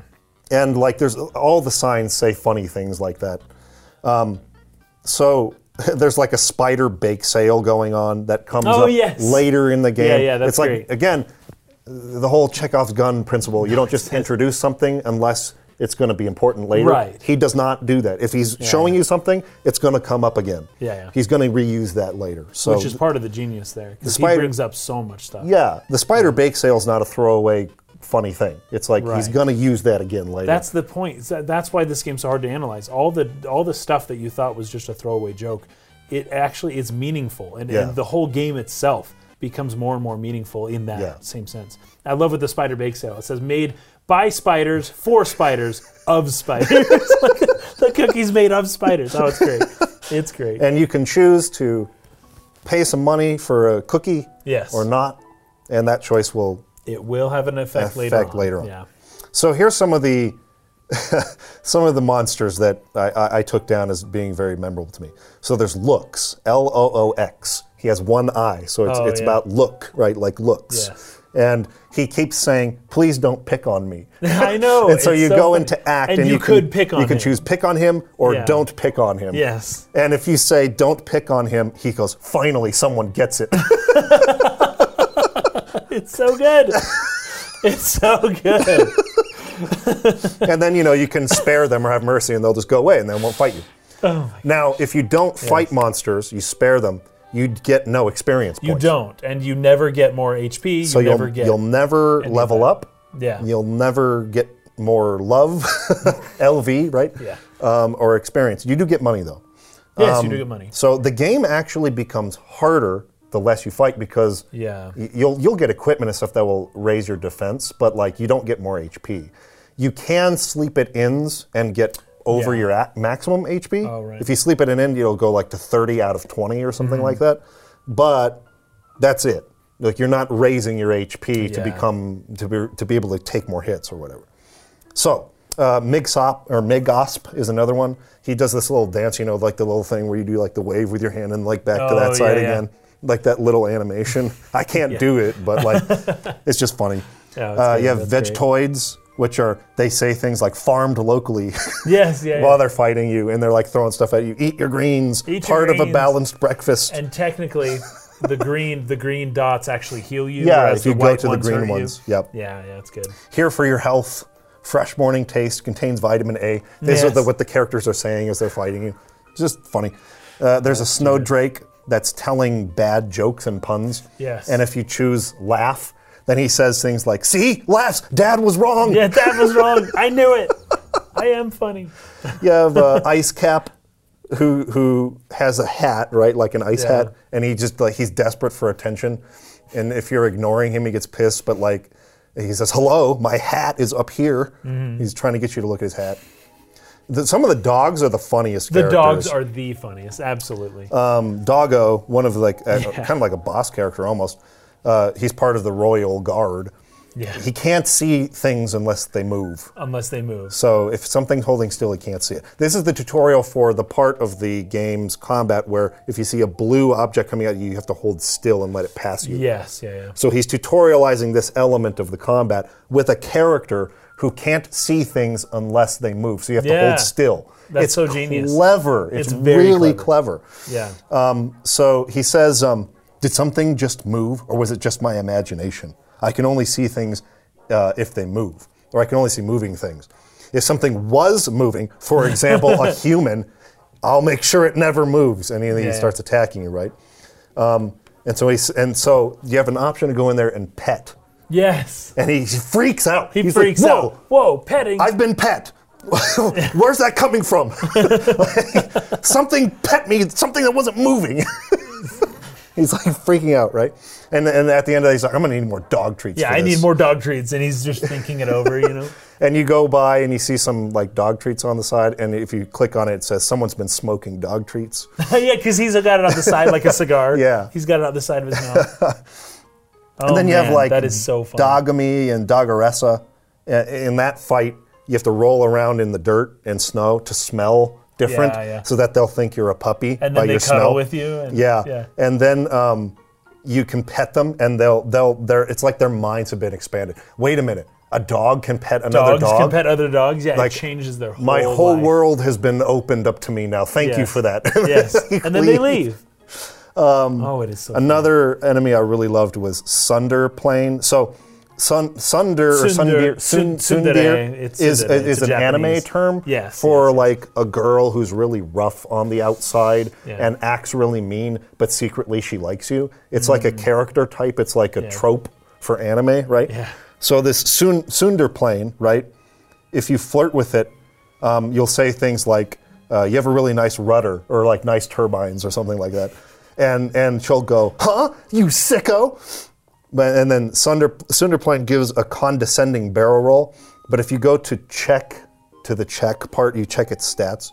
[SPEAKER 2] and like there's all the signs say funny things like that. Um, so there's like a spider bake sale going on that comes
[SPEAKER 1] Oh,
[SPEAKER 2] up
[SPEAKER 1] yes.
[SPEAKER 2] later in the game.
[SPEAKER 1] yeah, that's
[SPEAKER 2] it's like
[SPEAKER 1] great.
[SPEAKER 2] again the whole Chekhov's gun principle. You don't just introduce something unless it's going to be important later.
[SPEAKER 1] Right.
[SPEAKER 2] He does not do that. If he's showing you something, it's going to come up again.
[SPEAKER 1] Yeah, yeah.
[SPEAKER 2] He's going to reuse that later. So
[SPEAKER 1] Which is part of the genius there, because he
[SPEAKER 2] spider-
[SPEAKER 1] brings up so much stuff.
[SPEAKER 2] yeah, the spider bake sale is not a throwaway funny thing. It's like he's
[SPEAKER 1] Right.
[SPEAKER 2] going to use that again later.
[SPEAKER 1] That's the point. It's that- That's why this game's so hard to analyze. All the all the stuff that you thought was just a throwaway joke, it actually is meaningful, and,
[SPEAKER 2] Yeah.
[SPEAKER 1] and the whole game itself becomes more and more meaningful in that
[SPEAKER 2] Yeah.
[SPEAKER 1] same sense. I love with the spider bake sale. It says made by spiders for spiders of spiders. the cookie's made of spiders. Oh, it's great. It's great.
[SPEAKER 2] and you can choose to pay some money for a cookie
[SPEAKER 1] Yes.
[SPEAKER 2] or not and that choice will
[SPEAKER 1] It will have an effect, later.
[SPEAKER 2] Effect
[SPEAKER 1] on.
[SPEAKER 2] later on.
[SPEAKER 1] Yeah.
[SPEAKER 2] so here's some of the some of the monsters that I, I, I took down as being very memorable to me so there's looks l-o-o-x he has one eye so it's,
[SPEAKER 1] Oh,
[SPEAKER 2] it's
[SPEAKER 1] yeah.
[SPEAKER 2] about look right like looks
[SPEAKER 1] Yes.
[SPEAKER 2] and he keeps saying please don't pick on me
[SPEAKER 1] I know.
[SPEAKER 2] and so
[SPEAKER 1] Oh, it's
[SPEAKER 2] you go
[SPEAKER 1] funny.
[SPEAKER 2] into act
[SPEAKER 1] and,
[SPEAKER 2] and,
[SPEAKER 1] you,
[SPEAKER 2] can-
[SPEAKER 1] could pick on.
[SPEAKER 2] you can
[SPEAKER 1] him.
[SPEAKER 2] choose pick on him or
[SPEAKER 1] Yeah.
[SPEAKER 2] don't pick on him
[SPEAKER 1] Yes.
[SPEAKER 2] And if you say don't pick on him, he goes, finally someone gets it.
[SPEAKER 1] It's so good. it's so good.
[SPEAKER 2] and then you know you can spare them or have mercy and they'll just go away and they won't fight you. now, if you don't fight monsters, you spare them, you'd get no experience
[SPEAKER 1] You
[SPEAKER 2] points.
[SPEAKER 1] don't, and you never get more HP. You
[SPEAKER 2] So you'll
[SPEAKER 1] never get.
[SPEAKER 2] you'll never level up.
[SPEAKER 1] Yeah.
[SPEAKER 2] You'll never get more love, LV, right?
[SPEAKER 1] Yeah.
[SPEAKER 2] Um, or experience. You do get money though.
[SPEAKER 1] yes,
[SPEAKER 2] um,
[SPEAKER 1] you do get money.
[SPEAKER 2] So the game actually becomes harder the less you fight because
[SPEAKER 1] Yeah.
[SPEAKER 2] y- you'll you'll get equipment and stuff that will raise your defense, but like you don't get more HP. You can sleep at ends and get over
[SPEAKER 1] Yeah.
[SPEAKER 2] your at maximum HP.
[SPEAKER 1] Oh, right. Mm-hmm.
[SPEAKER 2] If you sleep at an end, you'll go like to 30 out of 20 or something like that. But that's it. Like you're not raising your HP to
[SPEAKER 1] Yeah.
[SPEAKER 2] become to be to be able to take more hits or whatever. So, uh, Migsop or Migosp is another one. He does this little dance, you know, like the little thing where you do like the wave with your hand and like back to
[SPEAKER 1] Oh,
[SPEAKER 2] that side
[SPEAKER 1] yeah, yeah.
[SPEAKER 2] again, like that little animation. I can't do it, but like it's just funny.
[SPEAKER 1] Yeah, that's
[SPEAKER 2] Uh,
[SPEAKER 1] Oh, good,
[SPEAKER 2] you have
[SPEAKER 1] that's great.
[SPEAKER 2] Vegetoids, which are they say things like farmed locally
[SPEAKER 1] Yes, yeah. yeah.
[SPEAKER 2] while they're fighting you, and they're like throwing stuff at you. Eat your greens.
[SPEAKER 1] your
[SPEAKER 2] part of a
[SPEAKER 1] greens.
[SPEAKER 2] balanced breakfast.
[SPEAKER 1] and technically, the green the green dots actually heal you.
[SPEAKER 2] yeah,
[SPEAKER 1] whereas
[SPEAKER 2] if you
[SPEAKER 1] the
[SPEAKER 2] go
[SPEAKER 1] white
[SPEAKER 2] to the
[SPEAKER 1] ones hurt
[SPEAKER 2] green
[SPEAKER 1] you.
[SPEAKER 2] ones. Yep.
[SPEAKER 1] Yeah, yeah, that's good.
[SPEAKER 2] Here for your health. Fresh morning taste contains vitamin A. These are
[SPEAKER 1] Yes.
[SPEAKER 2] the, what the characters are saying as they're fighting you. Just funny. Uh, there's a snowdrake that's telling bad jokes and puns.
[SPEAKER 1] Yes.
[SPEAKER 2] And if you choose laugh, then he says things like, "See, laughs. Dad was wrong."
[SPEAKER 1] Yeah, that was wrong. I knew it. I am funny.
[SPEAKER 2] You have uh, Ice Cap, who who has a hat, right, like an ice
[SPEAKER 1] Yeah.
[SPEAKER 2] hat, and he just like he's desperate for attention, and if you're ignoring him, he gets pissed. But like, he says, "Hello, my hat is up here."
[SPEAKER 1] Mm-hmm.
[SPEAKER 2] He's trying to get you to look at his hat. The, some of the dogs are the funniest.
[SPEAKER 1] The dogs
[SPEAKER 2] characters. Uh,
[SPEAKER 1] are the funniest. Absolutely.
[SPEAKER 2] Doggo, one of like a, kind of like a boss character almost. Uh, he's part of the royal guard.
[SPEAKER 1] Yeah.
[SPEAKER 2] He can't see things unless they move.
[SPEAKER 1] Unless they move.
[SPEAKER 2] So if something's holding still, you can't see it. This is the tutorial for the part of the game's combat where if you see a blue object coming at you, you have to hold still and let it pass you.
[SPEAKER 1] Yes, yeah, yeah.
[SPEAKER 2] So he's tutorializing this element of the combat with a character who can't see things unless they move. So you have to
[SPEAKER 1] Yeah.
[SPEAKER 2] hold still.
[SPEAKER 1] That's
[SPEAKER 2] it's
[SPEAKER 1] so genius.
[SPEAKER 2] Clever.
[SPEAKER 1] It's
[SPEAKER 2] It's,
[SPEAKER 1] very
[SPEAKER 2] really clever.
[SPEAKER 1] Yeah.
[SPEAKER 2] Um, so he says, um, "Did something just move, or was it just my imagination? I can only see things uh, if they move, or I can only see moving things. If something was moving, for example, a human, I'll make sure it never moves." And then he
[SPEAKER 1] Yeah.
[SPEAKER 2] starts attacking you, right? Um, and so he's, and so you have an option to go in there and pet,
[SPEAKER 1] Yes.
[SPEAKER 2] and he freaks out.
[SPEAKER 1] He
[SPEAKER 2] He's
[SPEAKER 1] freaks
[SPEAKER 2] like, Whoa,
[SPEAKER 1] out. Whoa, petting.
[SPEAKER 2] I've been pet. Where's that coming from? Like, something pet me, something that wasn't moving. he's like freaking out, right? And, and at the end of the day, he's like, I'm gonna need more dog treats.
[SPEAKER 1] yeah,
[SPEAKER 2] for
[SPEAKER 1] I
[SPEAKER 2] this."
[SPEAKER 1] need more dog treats. And he's just thinking it over, you know?
[SPEAKER 2] And you go by and you see some like dog treats on the side, and if you click on it, it says someone's been smoking dog treats.
[SPEAKER 1] yeah, because he's got it on the side like a cigar.
[SPEAKER 2] Yeah.
[SPEAKER 1] He's got it on the side of his mouth. Oh,
[SPEAKER 2] and then you have
[SPEAKER 1] man,
[SPEAKER 2] like
[SPEAKER 1] That is so funny.
[SPEAKER 2] Dogami and Dogaressa. A- In that fight, you have to roll around in the dirt and snow to smell different,
[SPEAKER 1] Yeah, yeah.
[SPEAKER 2] so that they'll think you're a puppy
[SPEAKER 1] And
[SPEAKER 2] by
[SPEAKER 1] then they
[SPEAKER 2] your
[SPEAKER 1] cuddle
[SPEAKER 2] smell.
[SPEAKER 1] with you. And,
[SPEAKER 2] Yeah.
[SPEAKER 1] Yeah.
[SPEAKER 2] And then um, you can pet them, and they'll they'll they're it's like their minds have been expanded. Wait a minute, a dog can pet another
[SPEAKER 1] Dogs
[SPEAKER 2] dog.
[SPEAKER 1] can pet other dogs. Yeah,
[SPEAKER 2] Like,
[SPEAKER 1] it changes their whole
[SPEAKER 2] My whole
[SPEAKER 1] life.
[SPEAKER 2] world has been opened up to me now. Thank you
[SPEAKER 1] Yes.
[SPEAKER 2] for that.
[SPEAKER 1] Yes.
[SPEAKER 2] They
[SPEAKER 1] and then they leave.
[SPEAKER 2] Um,
[SPEAKER 1] oh, it is so
[SPEAKER 2] Another enemy I really loved was Sunderplane. So. Sun, Sunder or
[SPEAKER 1] Sundere-
[SPEAKER 2] Sundir, Sun,
[SPEAKER 1] Sun-
[SPEAKER 2] Sundir
[SPEAKER 1] Sundere, it's
[SPEAKER 2] is,
[SPEAKER 1] Sundere, it's
[SPEAKER 2] is
[SPEAKER 1] a
[SPEAKER 2] an anime
[SPEAKER 1] Japanese-
[SPEAKER 2] term
[SPEAKER 1] Yes,
[SPEAKER 2] for
[SPEAKER 1] yes, yes.
[SPEAKER 2] like a girl who's really rough on the outside
[SPEAKER 1] Yeah.
[SPEAKER 2] and acts really mean, but secretly she likes you. It's like a character type, it's like a trope for anime, right?
[SPEAKER 1] Yeah.
[SPEAKER 2] So, this sun, Sunderplane, right? If you flirt with it, um, you'll say things like, uh, "You have a really nice rudder," or like "nice turbines" or something like that, and and she'll go, "Huh, you sicko!" But, and then Sunder, Sunderplane gives a condescending barrel roll. But if you go to check to the check part, you check its stats.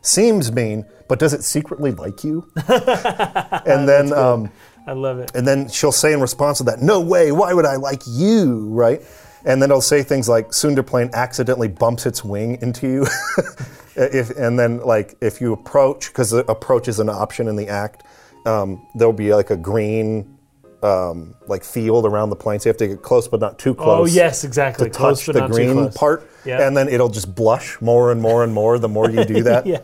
[SPEAKER 2] Seems mean, but does it secretly like you? and then um,
[SPEAKER 1] I love it.
[SPEAKER 2] and then she'll say in response to that, "No way! Why would I like you?" Right? And then it'll say things like, "Sunderplane accidentally bumps its wing into you," if, and then like if you approach, because the approach is an option in the act, um, there'll be like a green um, like field around the plane, so you have to get close but not too
[SPEAKER 1] Oh
[SPEAKER 2] close.
[SPEAKER 1] yes, exactly.
[SPEAKER 2] To
[SPEAKER 1] Close, but
[SPEAKER 2] touch the
[SPEAKER 1] not too
[SPEAKER 2] green
[SPEAKER 1] close.
[SPEAKER 2] part,
[SPEAKER 1] Yeah.
[SPEAKER 2] and then it'll just blush more and more and more the more you do that.
[SPEAKER 1] Yeah.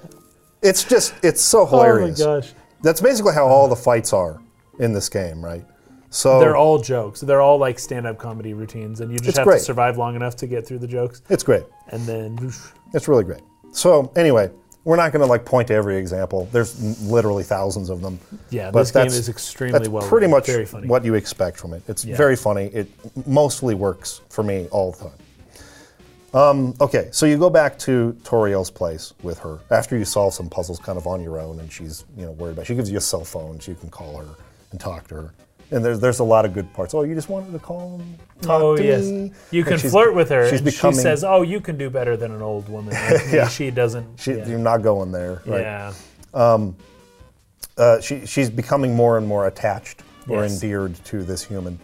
[SPEAKER 2] It's just, it's so hilarious.
[SPEAKER 1] Oh my gosh.
[SPEAKER 2] That's basically how all the fights are in this game, right? So
[SPEAKER 1] They're all jokes. They're all like stand-up comedy routines, and you just
[SPEAKER 2] Oh. It's
[SPEAKER 1] have
[SPEAKER 2] great.
[SPEAKER 1] to survive long enough to get through the jokes,
[SPEAKER 2] it's great.
[SPEAKER 1] and then whoosh.
[SPEAKER 2] It's really great. So anyway, we're not going to like point to every example. There's n- literally thousands of them.
[SPEAKER 1] yeah,
[SPEAKER 2] But
[SPEAKER 1] this game
[SPEAKER 2] that's-
[SPEAKER 1] is extremely
[SPEAKER 2] That's
[SPEAKER 1] well.
[SPEAKER 2] pretty
[SPEAKER 1] written.
[SPEAKER 2] much
[SPEAKER 1] very funny.
[SPEAKER 2] what you expect from it. It's very funny. It mostly works for me all the time. Um, okay, so you go back to Toriel's place with her after you solve some puzzles kind of on your own, and she's you know worried about. She gives you a cell phone, so you can call her and talk to her. And there's there's a lot of good parts. Oh, you just wanted to call and talk
[SPEAKER 1] Oh
[SPEAKER 2] to
[SPEAKER 1] yes,
[SPEAKER 2] me.
[SPEAKER 1] you
[SPEAKER 2] And
[SPEAKER 1] can
[SPEAKER 2] she's-
[SPEAKER 1] flirt with her, and she
[SPEAKER 2] becoming-
[SPEAKER 1] says, "Oh, you can do better than an old woman." And
[SPEAKER 2] Yeah.
[SPEAKER 1] she doesn't.
[SPEAKER 2] she,
[SPEAKER 1] yeah.
[SPEAKER 2] "You're not going there." Right?
[SPEAKER 1] yeah,
[SPEAKER 2] uh, she, she's becoming more and more attached or
[SPEAKER 1] Yes.
[SPEAKER 2] endeared to this human.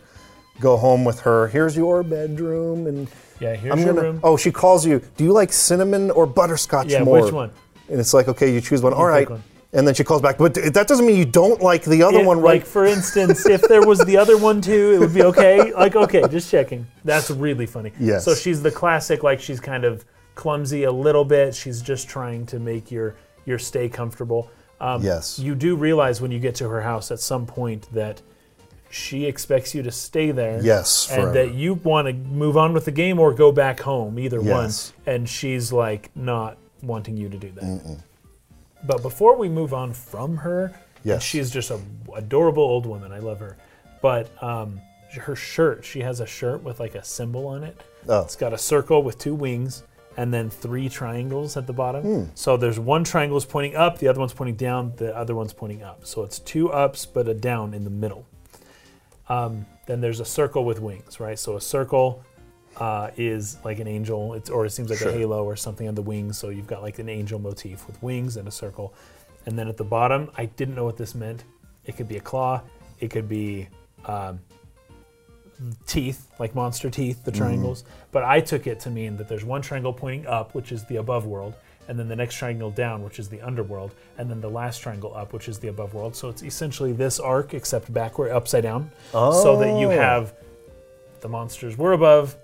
[SPEAKER 2] Go home with her. Here's your bedroom, and
[SPEAKER 1] yeah. Here's
[SPEAKER 2] I'm
[SPEAKER 1] your
[SPEAKER 2] gonna.
[SPEAKER 1] room.
[SPEAKER 2] Oh, she calls you. Do you like cinnamon or butterscotch
[SPEAKER 1] Yeah,
[SPEAKER 2] more?
[SPEAKER 1] which one?
[SPEAKER 2] And it's like, okay, you choose one. All
[SPEAKER 1] pick
[SPEAKER 2] right.
[SPEAKER 1] one.
[SPEAKER 2] And then she calls back, but that doesn't mean you don't like the other
[SPEAKER 1] It-
[SPEAKER 2] one, right?
[SPEAKER 1] Like for instance, if there was the other one too, it would be okay. Like okay, just checking. That's really funny.
[SPEAKER 2] Yes.
[SPEAKER 1] So she's the classic. Like she's kind of clumsy a little bit. She's just trying to make your your stay comfortable. Um,
[SPEAKER 2] Yes.
[SPEAKER 1] You do realize when you get to her house at some point that she expects you to stay there.
[SPEAKER 2] Yes,
[SPEAKER 1] And
[SPEAKER 2] forever.
[SPEAKER 1] that you want to move on with the game or go back home, either
[SPEAKER 2] Yes.
[SPEAKER 1] one. And she's like not wanting you to do that. But before we move on from her,
[SPEAKER 2] Yes.
[SPEAKER 1] and she's just a adorable old woman. I love her. But um, her shirt, she has a shirt with like a symbol on it.
[SPEAKER 2] Oh.
[SPEAKER 1] It's got a circle with two wings and then three triangles at the bottom. So there's one triangle is pointing up, the other one's pointing down, the other one's pointing up. So it's two ups but a down in the middle. Um, then there's a circle with wings, right? So a circle uh, is like an angel, it's, or it seems like
[SPEAKER 2] Sure.
[SPEAKER 1] a halo or something on the wings. So you've got like an angel motif with wings and a circle. And then at the bottom, I didn't know what this meant. It could be a claw, it could be um, teeth, like monster teeth,
[SPEAKER 2] Mm-hmm.
[SPEAKER 1] the triangles. But I took it to mean that there's one triangle pointing up, which is the above world, and then the next triangle down, which is the underworld, and then the last triangle up, which is the above world. So it's essentially this arc, except backward, upside down, so that you
[SPEAKER 2] Oh.
[SPEAKER 1] have the monsters were above,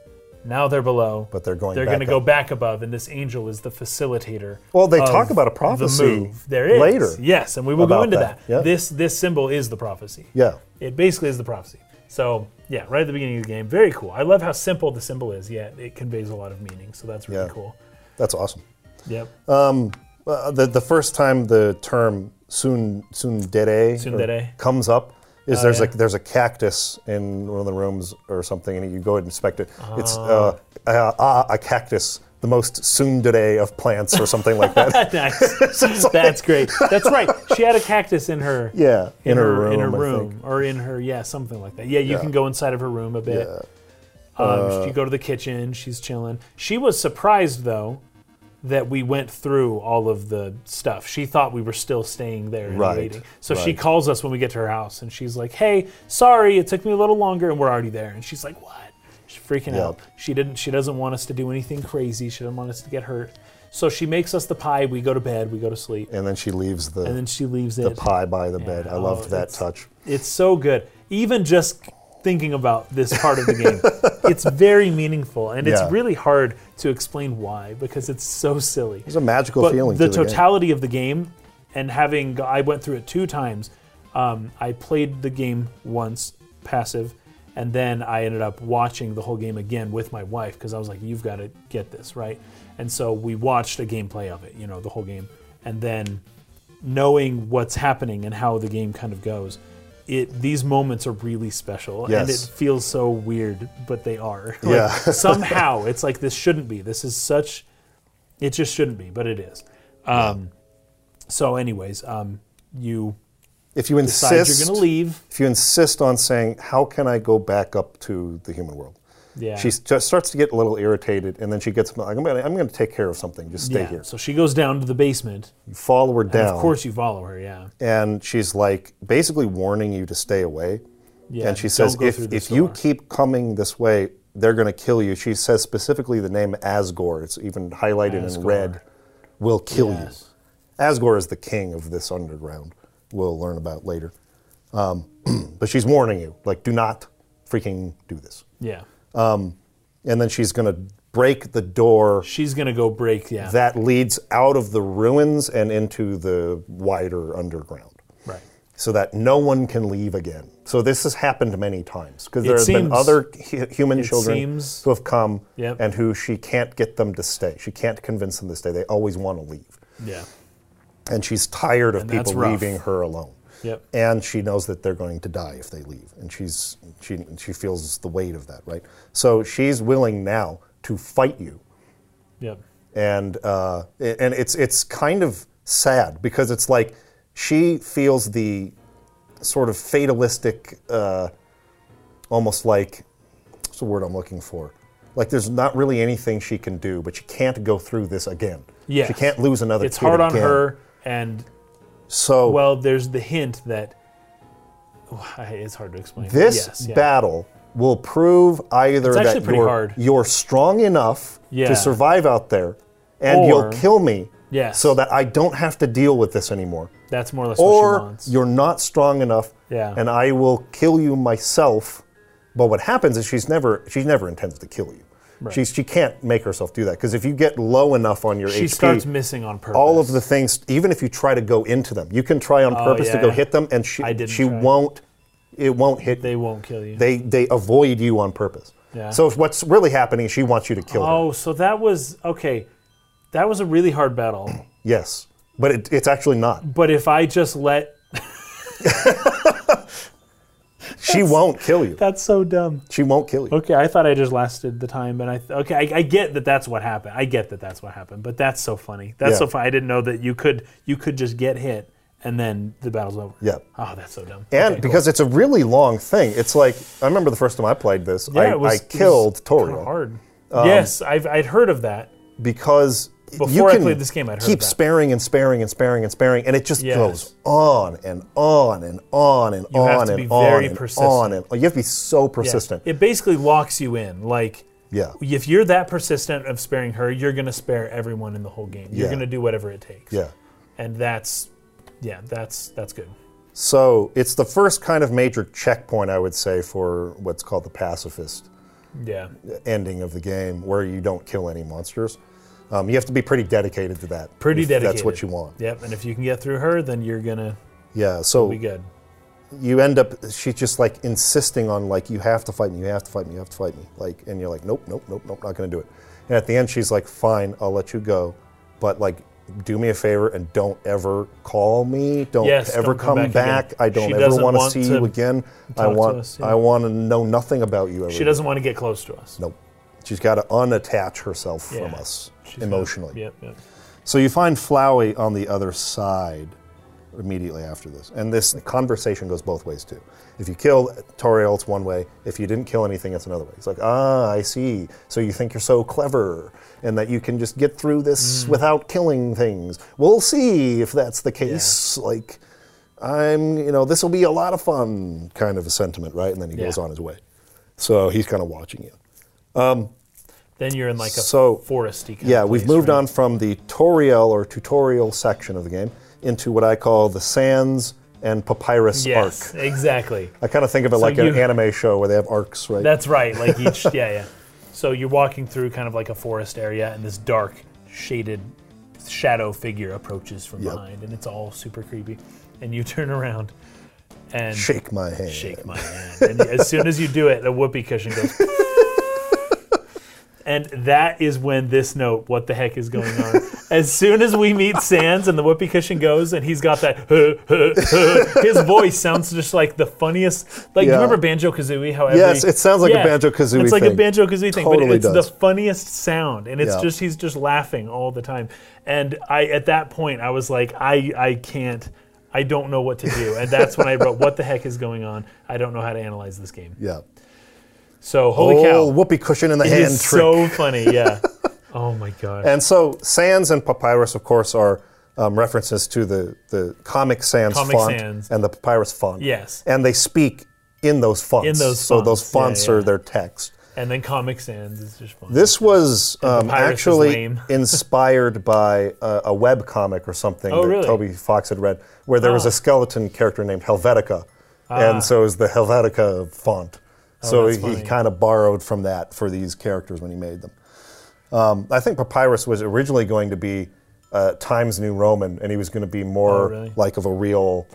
[SPEAKER 1] now they're below.
[SPEAKER 2] But they're going
[SPEAKER 1] They're
[SPEAKER 2] back
[SPEAKER 1] going to go
[SPEAKER 2] up.
[SPEAKER 1] back above, and this angel is the facilitator.
[SPEAKER 2] Well, they
[SPEAKER 1] of
[SPEAKER 2] talk about a
[SPEAKER 1] the
[SPEAKER 2] prophecy
[SPEAKER 1] move. There is
[SPEAKER 2] later
[SPEAKER 1] Yes, and we will go
[SPEAKER 2] about
[SPEAKER 1] into
[SPEAKER 2] that.
[SPEAKER 1] that.
[SPEAKER 2] Yeah.
[SPEAKER 1] This this symbol is the prophecy.
[SPEAKER 2] yeah.
[SPEAKER 1] It basically is the prophecy. So yeah, right at the beginning of the game, very cool. I love how simple the symbol is, yet it conveys a lot of meaning. So that's really
[SPEAKER 2] Yeah.
[SPEAKER 1] cool.
[SPEAKER 2] That's awesome.
[SPEAKER 1] Yep.
[SPEAKER 2] Uh, the, the first time the term sun tsundere, or
[SPEAKER 1] Tsundere.
[SPEAKER 2] comes up is there's
[SPEAKER 1] Ah, yeah.
[SPEAKER 2] like there's a cactus in one of the rooms or something, and you go and inspect it. It's uh, uh, ah, a cactus, the most tsundere of plants, or something like that.
[SPEAKER 1] nice. that's great. That's right. She had a cactus in her.
[SPEAKER 2] Yeah,
[SPEAKER 1] In, her, in her
[SPEAKER 2] I
[SPEAKER 1] room,
[SPEAKER 2] think.
[SPEAKER 1] or in her yeah, something like that. Yeah, you can go inside of her room a bit.
[SPEAKER 2] Uh,
[SPEAKER 1] Um, you go to the kitchen. She's chilling. She was surprised though that we went through all of the stuff. She thought we were still staying there and
[SPEAKER 2] Right,
[SPEAKER 1] waiting. So she
[SPEAKER 2] right.
[SPEAKER 1] calls us when we get to her house and she's like, "Hey, sorry, it took me a little longer and we're already there." And she's like, "What?" She's freaking
[SPEAKER 2] Yeah.
[SPEAKER 1] out. She didn't she doesn't want us to do anything crazy. She doesn't want us to get hurt. So she makes us the pie. We go to bed, we go to sleep.
[SPEAKER 2] And then she leaves the,
[SPEAKER 1] And then she leaves
[SPEAKER 2] the
[SPEAKER 1] it.
[SPEAKER 2] pie by the bed. I
[SPEAKER 1] oh,
[SPEAKER 2] loved that
[SPEAKER 1] it's-
[SPEAKER 2] touch.
[SPEAKER 1] It's so good. Even just thinking about this part of the game, it's very meaningful, and
[SPEAKER 2] Yeah.
[SPEAKER 1] it's really hard to explain why because it's so silly.
[SPEAKER 2] It's a magical
[SPEAKER 1] But
[SPEAKER 2] feeling.
[SPEAKER 1] the
[SPEAKER 2] to the game.
[SPEAKER 1] totality of the game, and having I went through it two times. Um, I played the game once passive, and then I ended up watching the whole game again with my wife because I was like, "You've got to get this right," and so we watched a gameplay of it, you know, the whole game, and then knowing what's happening and how the game kind of goes. It, these moments are really special, and
[SPEAKER 2] Yes.
[SPEAKER 1] it feels so weird, but they are. Like,
[SPEAKER 2] Yeah.
[SPEAKER 1] somehow, it's like this shouldn't be. This is such it just shouldn't be, but it is. Um, So, anyways, um, you
[SPEAKER 2] if you
[SPEAKER 1] decide
[SPEAKER 2] insist,
[SPEAKER 1] you're going to leave.
[SPEAKER 2] if you insist on saying, "How can I go back up to the human world?"
[SPEAKER 1] Yeah.
[SPEAKER 2] She just starts to get a little irritated, and then she gets like, "I'm going to I'm going to take care of something. Just stay
[SPEAKER 1] yeah.
[SPEAKER 2] here."
[SPEAKER 1] So she goes down to the basement.
[SPEAKER 2] You follow her down,
[SPEAKER 1] Of course, you follow her. Yeah.
[SPEAKER 2] and she's like basically warning you to stay away.
[SPEAKER 1] Yeah,
[SPEAKER 2] and she
[SPEAKER 1] don't
[SPEAKER 2] says,
[SPEAKER 1] go
[SPEAKER 2] "If
[SPEAKER 1] through this
[SPEAKER 2] if you
[SPEAKER 1] door."
[SPEAKER 2] keep coming this way, they're going to kill you." She says specifically the name Asgore. It's even highlighted in
[SPEAKER 1] Asgore.
[SPEAKER 2] red. Will kill
[SPEAKER 1] Yes.
[SPEAKER 2] you. Asgore is the king of this underground. We'll learn about later. Um, but she's warning you, like, do not freaking do this.
[SPEAKER 1] Yeah.
[SPEAKER 2] Um, And then she's going to break the door
[SPEAKER 1] She's going to go break. Yeah.
[SPEAKER 2] that leads out of the ruins and into the wider underground
[SPEAKER 1] right.
[SPEAKER 2] so that no one can leave again. So this has happened many times because there have been
[SPEAKER 1] seems-
[SPEAKER 2] other hu- human children
[SPEAKER 1] seems-
[SPEAKER 2] who have come
[SPEAKER 1] Yep.
[SPEAKER 2] and who she can't get them to stay. She can't convince them to stay. They always want to leave,
[SPEAKER 1] Yeah.
[SPEAKER 2] and she's tired of
[SPEAKER 1] And that's
[SPEAKER 2] people
[SPEAKER 1] rough.
[SPEAKER 2] leaving her alone.
[SPEAKER 1] Yep.
[SPEAKER 2] And she knows that they're going to die if they leave, and she's she she feels the weight of that, right? So she's willing now to fight you
[SPEAKER 1] Yep.
[SPEAKER 2] and uh, and it's it's kind of sad because it's like she feels the sort of fatalistic, uh, almost like what's the word I'm looking for? Like there's not really anything she can do, but she can't go through this again.
[SPEAKER 1] Yes.
[SPEAKER 2] she can't lose another.
[SPEAKER 1] It's
[SPEAKER 2] kid
[SPEAKER 1] hard on
[SPEAKER 2] again.
[SPEAKER 1] her, and
[SPEAKER 2] So
[SPEAKER 1] well, there's the hint that it's hard to explain. but
[SPEAKER 2] this
[SPEAKER 1] yes, yeah.
[SPEAKER 2] battle will prove either
[SPEAKER 1] It's actually
[SPEAKER 2] that
[SPEAKER 1] pretty
[SPEAKER 2] you're,
[SPEAKER 1] hard.
[SPEAKER 2] you're strong enough
[SPEAKER 1] Yeah.
[SPEAKER 2] to survive out there, and
[SPEAKER 1] Or-
[SPEAKER 2] you'll kill me,
[SPEAKER 1] Yes.
[SPEAKER 2] so that I don't have to deal with this anymore.
[SPEAKER 1] that's more or less what she
[SPEAKER 2] Or
[SPEAKER 1] wants.
[SPEAKER 2] you're not strong enough,
[SPEAKER 1] Yeah.
[SPEAKER 2] and I will kill you myself. But what happens is she's never she never intends to kill you. She's, she can't make herself do that because if you get low enough on your
[SPEAKER 1] She
[SPEAKER 2] HP,
[SPEAKER 1] starts missing on purpose.
[SPEAKER 2] all of the things, even if you try to go into them, you can try on purpose
[SPEAKER 1] Oh, yeah.
[SPEAKER 2] to go hit them, and she
[SPEAKER 1] I didn't
[SPEAKER 2] she
[SPEAKER 1] try.
[SPEAKER 2] won't. It won't hit.
[SPEAKER 1] they won't kill you.
[SPEAKER 2] they they avoid you on purpose.
[SPEAKER 1] Yeah.
[SPEAKER 2] So if what's really happening? is She wants you to kill her.
[SPEAKER 1] oh, so that was okay. That was a really hard battle.
[SPEAKER 2] Yes, but it, it's actually not.
[SPEAKER 1] But if I just let
[SPEAKER 2] She won't kill you.
[SPEAKER 1] that's so dumb.
[SPEAKER 2] She won't kill you.
[SPEAKER 1] Okay, I thought I just lasted the time, and I th- okay, I, I get that that's what happened. I get that that's what happened, but that's so funny. That's
[SPEAKER 2] Yeah.
[SPEAKER 1] so funny. I didn't know that you could you could just get hit and then the battle's over.
[SPEAKER 2] Yeah.
[SPEAKER 1] Oh, that's so dumb. Okay,
[SPEAKER 2] And
[SPEAKER 1] cool.
[SPEAKER 2] because it's a really long thing, it's like I remember the first time I played this.
[SPEAKER 1] Yeah,
[SPEAKER 2] I,
[SPEAKER 1] it was-
[SPEAKER 2] I
[SPEAKER 1] it was
[SPEAKER 2] killed
[SPEAKER 1] kinda
[SPEAKER 2] Toriel Um,
[SPEAKER 1] hard. yes, I've I'd heard of that.
[SPEAKER 2] because you
[SPEAKER 1] Before I
[SPEAKER 2] can
[SPEAKER 1] played this game, I'd heard
[SPEAKER 2] keep
[SPEAKER 1] of that.
[SPEAKER 2] sparing and sparing and sparing and sparing, and it just
[SPEAKER 1] Yes.
[SPEAKER 2] goes on and on and on and
[SPEAKER 1] have
[SPEAKER 2] on
[SPEAKER 1] to
[SPEAKER 2] and
[SPEAKER 1] be
[SPEAKER 2] on
[SPEAKER 1] very
[SPEAKER 2] and
[SPEAKER 1] persistent.
[SPEAKER 2] on and on. You have to be so
[SPEAKER 1] Yeah.
[SPEAKER 2] persistent.
[SPEAKER 1] It basically locks you in. Like,
[SPEAKER 2] Yeah.
[SPEAKER 1] if you're that persistent of sparing her, you're going to spare everyone in the whole game. You're
[SPEAKER 2] Yeah.
[SPEAKER 1] going to do whatever it takes.
[SPEAKER 2] yeah.
[SPEAKER 1] And that's, yeah, that's that's good.
[SPEAKER 2] So it's the first kind of major checkpoint, I would say, for what's called the pacifist
[SPEAKER 1] Yeah.
[SPEAKER 2] ending of the game, where you don't kill any monsters. Um, you have to be pretty dedicated to that.
[SPEAKER 1] Pretty
[SPEAKER 2] if
[SPEAKER 1] dedicated.
[SPEAKER 2] That's what you want.
[SPEAKER 1] Yep. And if you can get through her, then you're going to
[SPEAKER 2] Yeah. So
[SPEAKER 1] be good.
[SPEAKER 2] you end up she's just like insisting on like you have to fight me you have to fight me you have to fight me like and you're like nope nope nope nope not going to do it and at the end she's like fine i'll let you go but like do me a favor and don't ever call me don't
[SPEAKER 1] Yes,
[SPEAKER 2] ever
[SPEAKER 1] don't come
[SPEAKER 2] come
[SPEAKER 1] back
[SPEAKER 2] back,
[SPEAKER 1] again.
[SPEAKER 2] i don't
[SPEAKER 1] She
[SPEAKER 2] ever
[SPEAKER 1] doesn't
[SPEAKER 2] wanna
[SPEAKER 1] want
[SPEAKER 2] see
[SPEAKER 1] to
[SPEAKER 2] you again i
[SPEAKER 1] talk to
[SPEAKER 2] want
[SPEAKER 1] us, yeah.
[SPEAKER 2] i want to know nothing about you ever
[SPEAKER 1] She doesn't want to get close to us.
[SPEAKER 2] nope she's got to unattach herself from
[SPEAKER 1] Yeah.
[SPEAKER 2] us
[SPEAKER 1] She's gotta-
[SPEAKER 2] emotionally
[SPEAKER 1] Yep. Yep.
[SPEAKER 2] so you find Flowey on the other side immediately after this. And this conversation goes both ways too. If you kill Toriel, it's one way. If you didn't kill anything, it's another way. It's like, ah, I see. So you think you're so clever and that you can just get through this without killing things. We'll see if that's the case. Like, I'm, you know, this will be a lot of fun kind of a sentiment, right? And then he
[SPEAKER 1] Yeah.
[SPEAKER 2] goes on his way. So he's kind of watching you.
[SPEAKER 1] Then you're in like a
[SPEAKER 2] So-
[SPEAKER 1] foresty kind
[SPEAKER 2] Yeah,
[SPEAKER 1] of
[SPEAKER 2] we've
[SPEAKER 1] place,
[SPEAKER 2] moved
[SPEAKER 1] right?
[SPEAKER 2] on from the tutorial or tutorial section of the game into what I call the sands and papyrus
[SPEAKER 1] Yes,
[SPEAKER 2] arc.
[SPEAKER 1] exactly.
[SPEAKER 2] I kind of think of it like an
[SPEAKER 1] you-
[SPEAKER 2] anime show where they have arcs, right?
[SPEAKER 1] That's right. Like each, yeah, yeah. So you're walking through kind of like a forest area, and this dark, shaded shadow figure approaches from
[SPEAKER 2] Yep.
[SPEAKER 1] behind, and it's all super creepy. And you turn around and
[SPEAKER 2] Shake my hand.
[SPEAKER 1] shake my hand. And as soon as you do it, a whoopee cushion goes. And that is when this note, what the heck is going on? As soon as we meet Sans and the whoopee cushion goes and he's got that, his voice sounds just like the funniest. Like, you
[SPEAKER 2] Yeah.
[SPEAKER 1] remember Banjo Kazooie? How every-
[SPEAKER 2] Yes, it sounds like a Banjo-Kazooie
[SPEAKER 1] It's like a
[SPEAKER 2] thing.
[SPEAKER 1] Banjo Kazooie thing, but
[SPEAKER 2] Totally
[SPEAKER 1] it's
[SPEAKER 2] does.
[SPEAKER 1] the funniest sound. And it's
[SPEAKER 2] Yeah.
[SPEAKER 1] just, he's just laughing all the time. And I, at that point, I was like, I, I can't, I don't know what to do. And that's when I wrote, What the heck is going on? I don't know how to analyze this game.
[SPEAKER 2] Yeah.
[SPEAKER 1] So, holy
[SPEAKER 2] oh,
[SPEAKER 1] cow.
[SPEAKER 2] whoopee cushion in the
[SPEAKER 1] It
[SPEAKER 2] hand
[SPEAKER 1] is
[SPEAKER 2] trick.
[SPEAKER 1] so funny, yeah. oh my gosh.
[SPEAKER 2] and so sands and papyrus, of course, are um, references to the, the Comic Sans
[SPEAKER 1] Comic
[SPEAKER 2] font
[SPEAKER 1] Sans.
[SPEAKER 2] and the papyrus font.
[SPEAKER 1] Yes.
[SPEAKER 2] And they speak in those fonts.
[SPEAKER 1] In those
[SPEAKER 2] So those
[SPEAKER 1] fonts,
[SPEAKER 2] fonts
[SPEAKER 1] yeah,
[SPEAKER 2] are
[SPEAKER 1] yeah.
[SPEAKER 2] their text.
[SPEAKER 1] And then Comic Sans is just fun.
[SPEAKER 2] This was um,
[SPEAKER 1] papyrus is
[SPEAKER 2] actually
[SPEAKER 1] lame.
[SPEAKER 2] inspired by a, a web comic or something
[SPEAKER 1] Oh,
[SPEAKER 2] that
[SPEAKER 1] really?
[SPEAKER 2] Toby Fox had read, where there was
[SPEAKER 1] Ah.
[SPEAKER 2] a skeleton character named Helvetica, and so it was the Helvetica font. so
[SPEAKER 1] Oh, that's
[SPEAKER 2] he
[SPEAKER 1] funny.
[SPEAKER 2] kind of borrowed from that for these characters when he made them. Um, I think Papyrus was originally going to be uh, Times New Roman, and he was going to be more
[SPEAKER 1] Oh, really?
[SPEAKER 2] like of a real.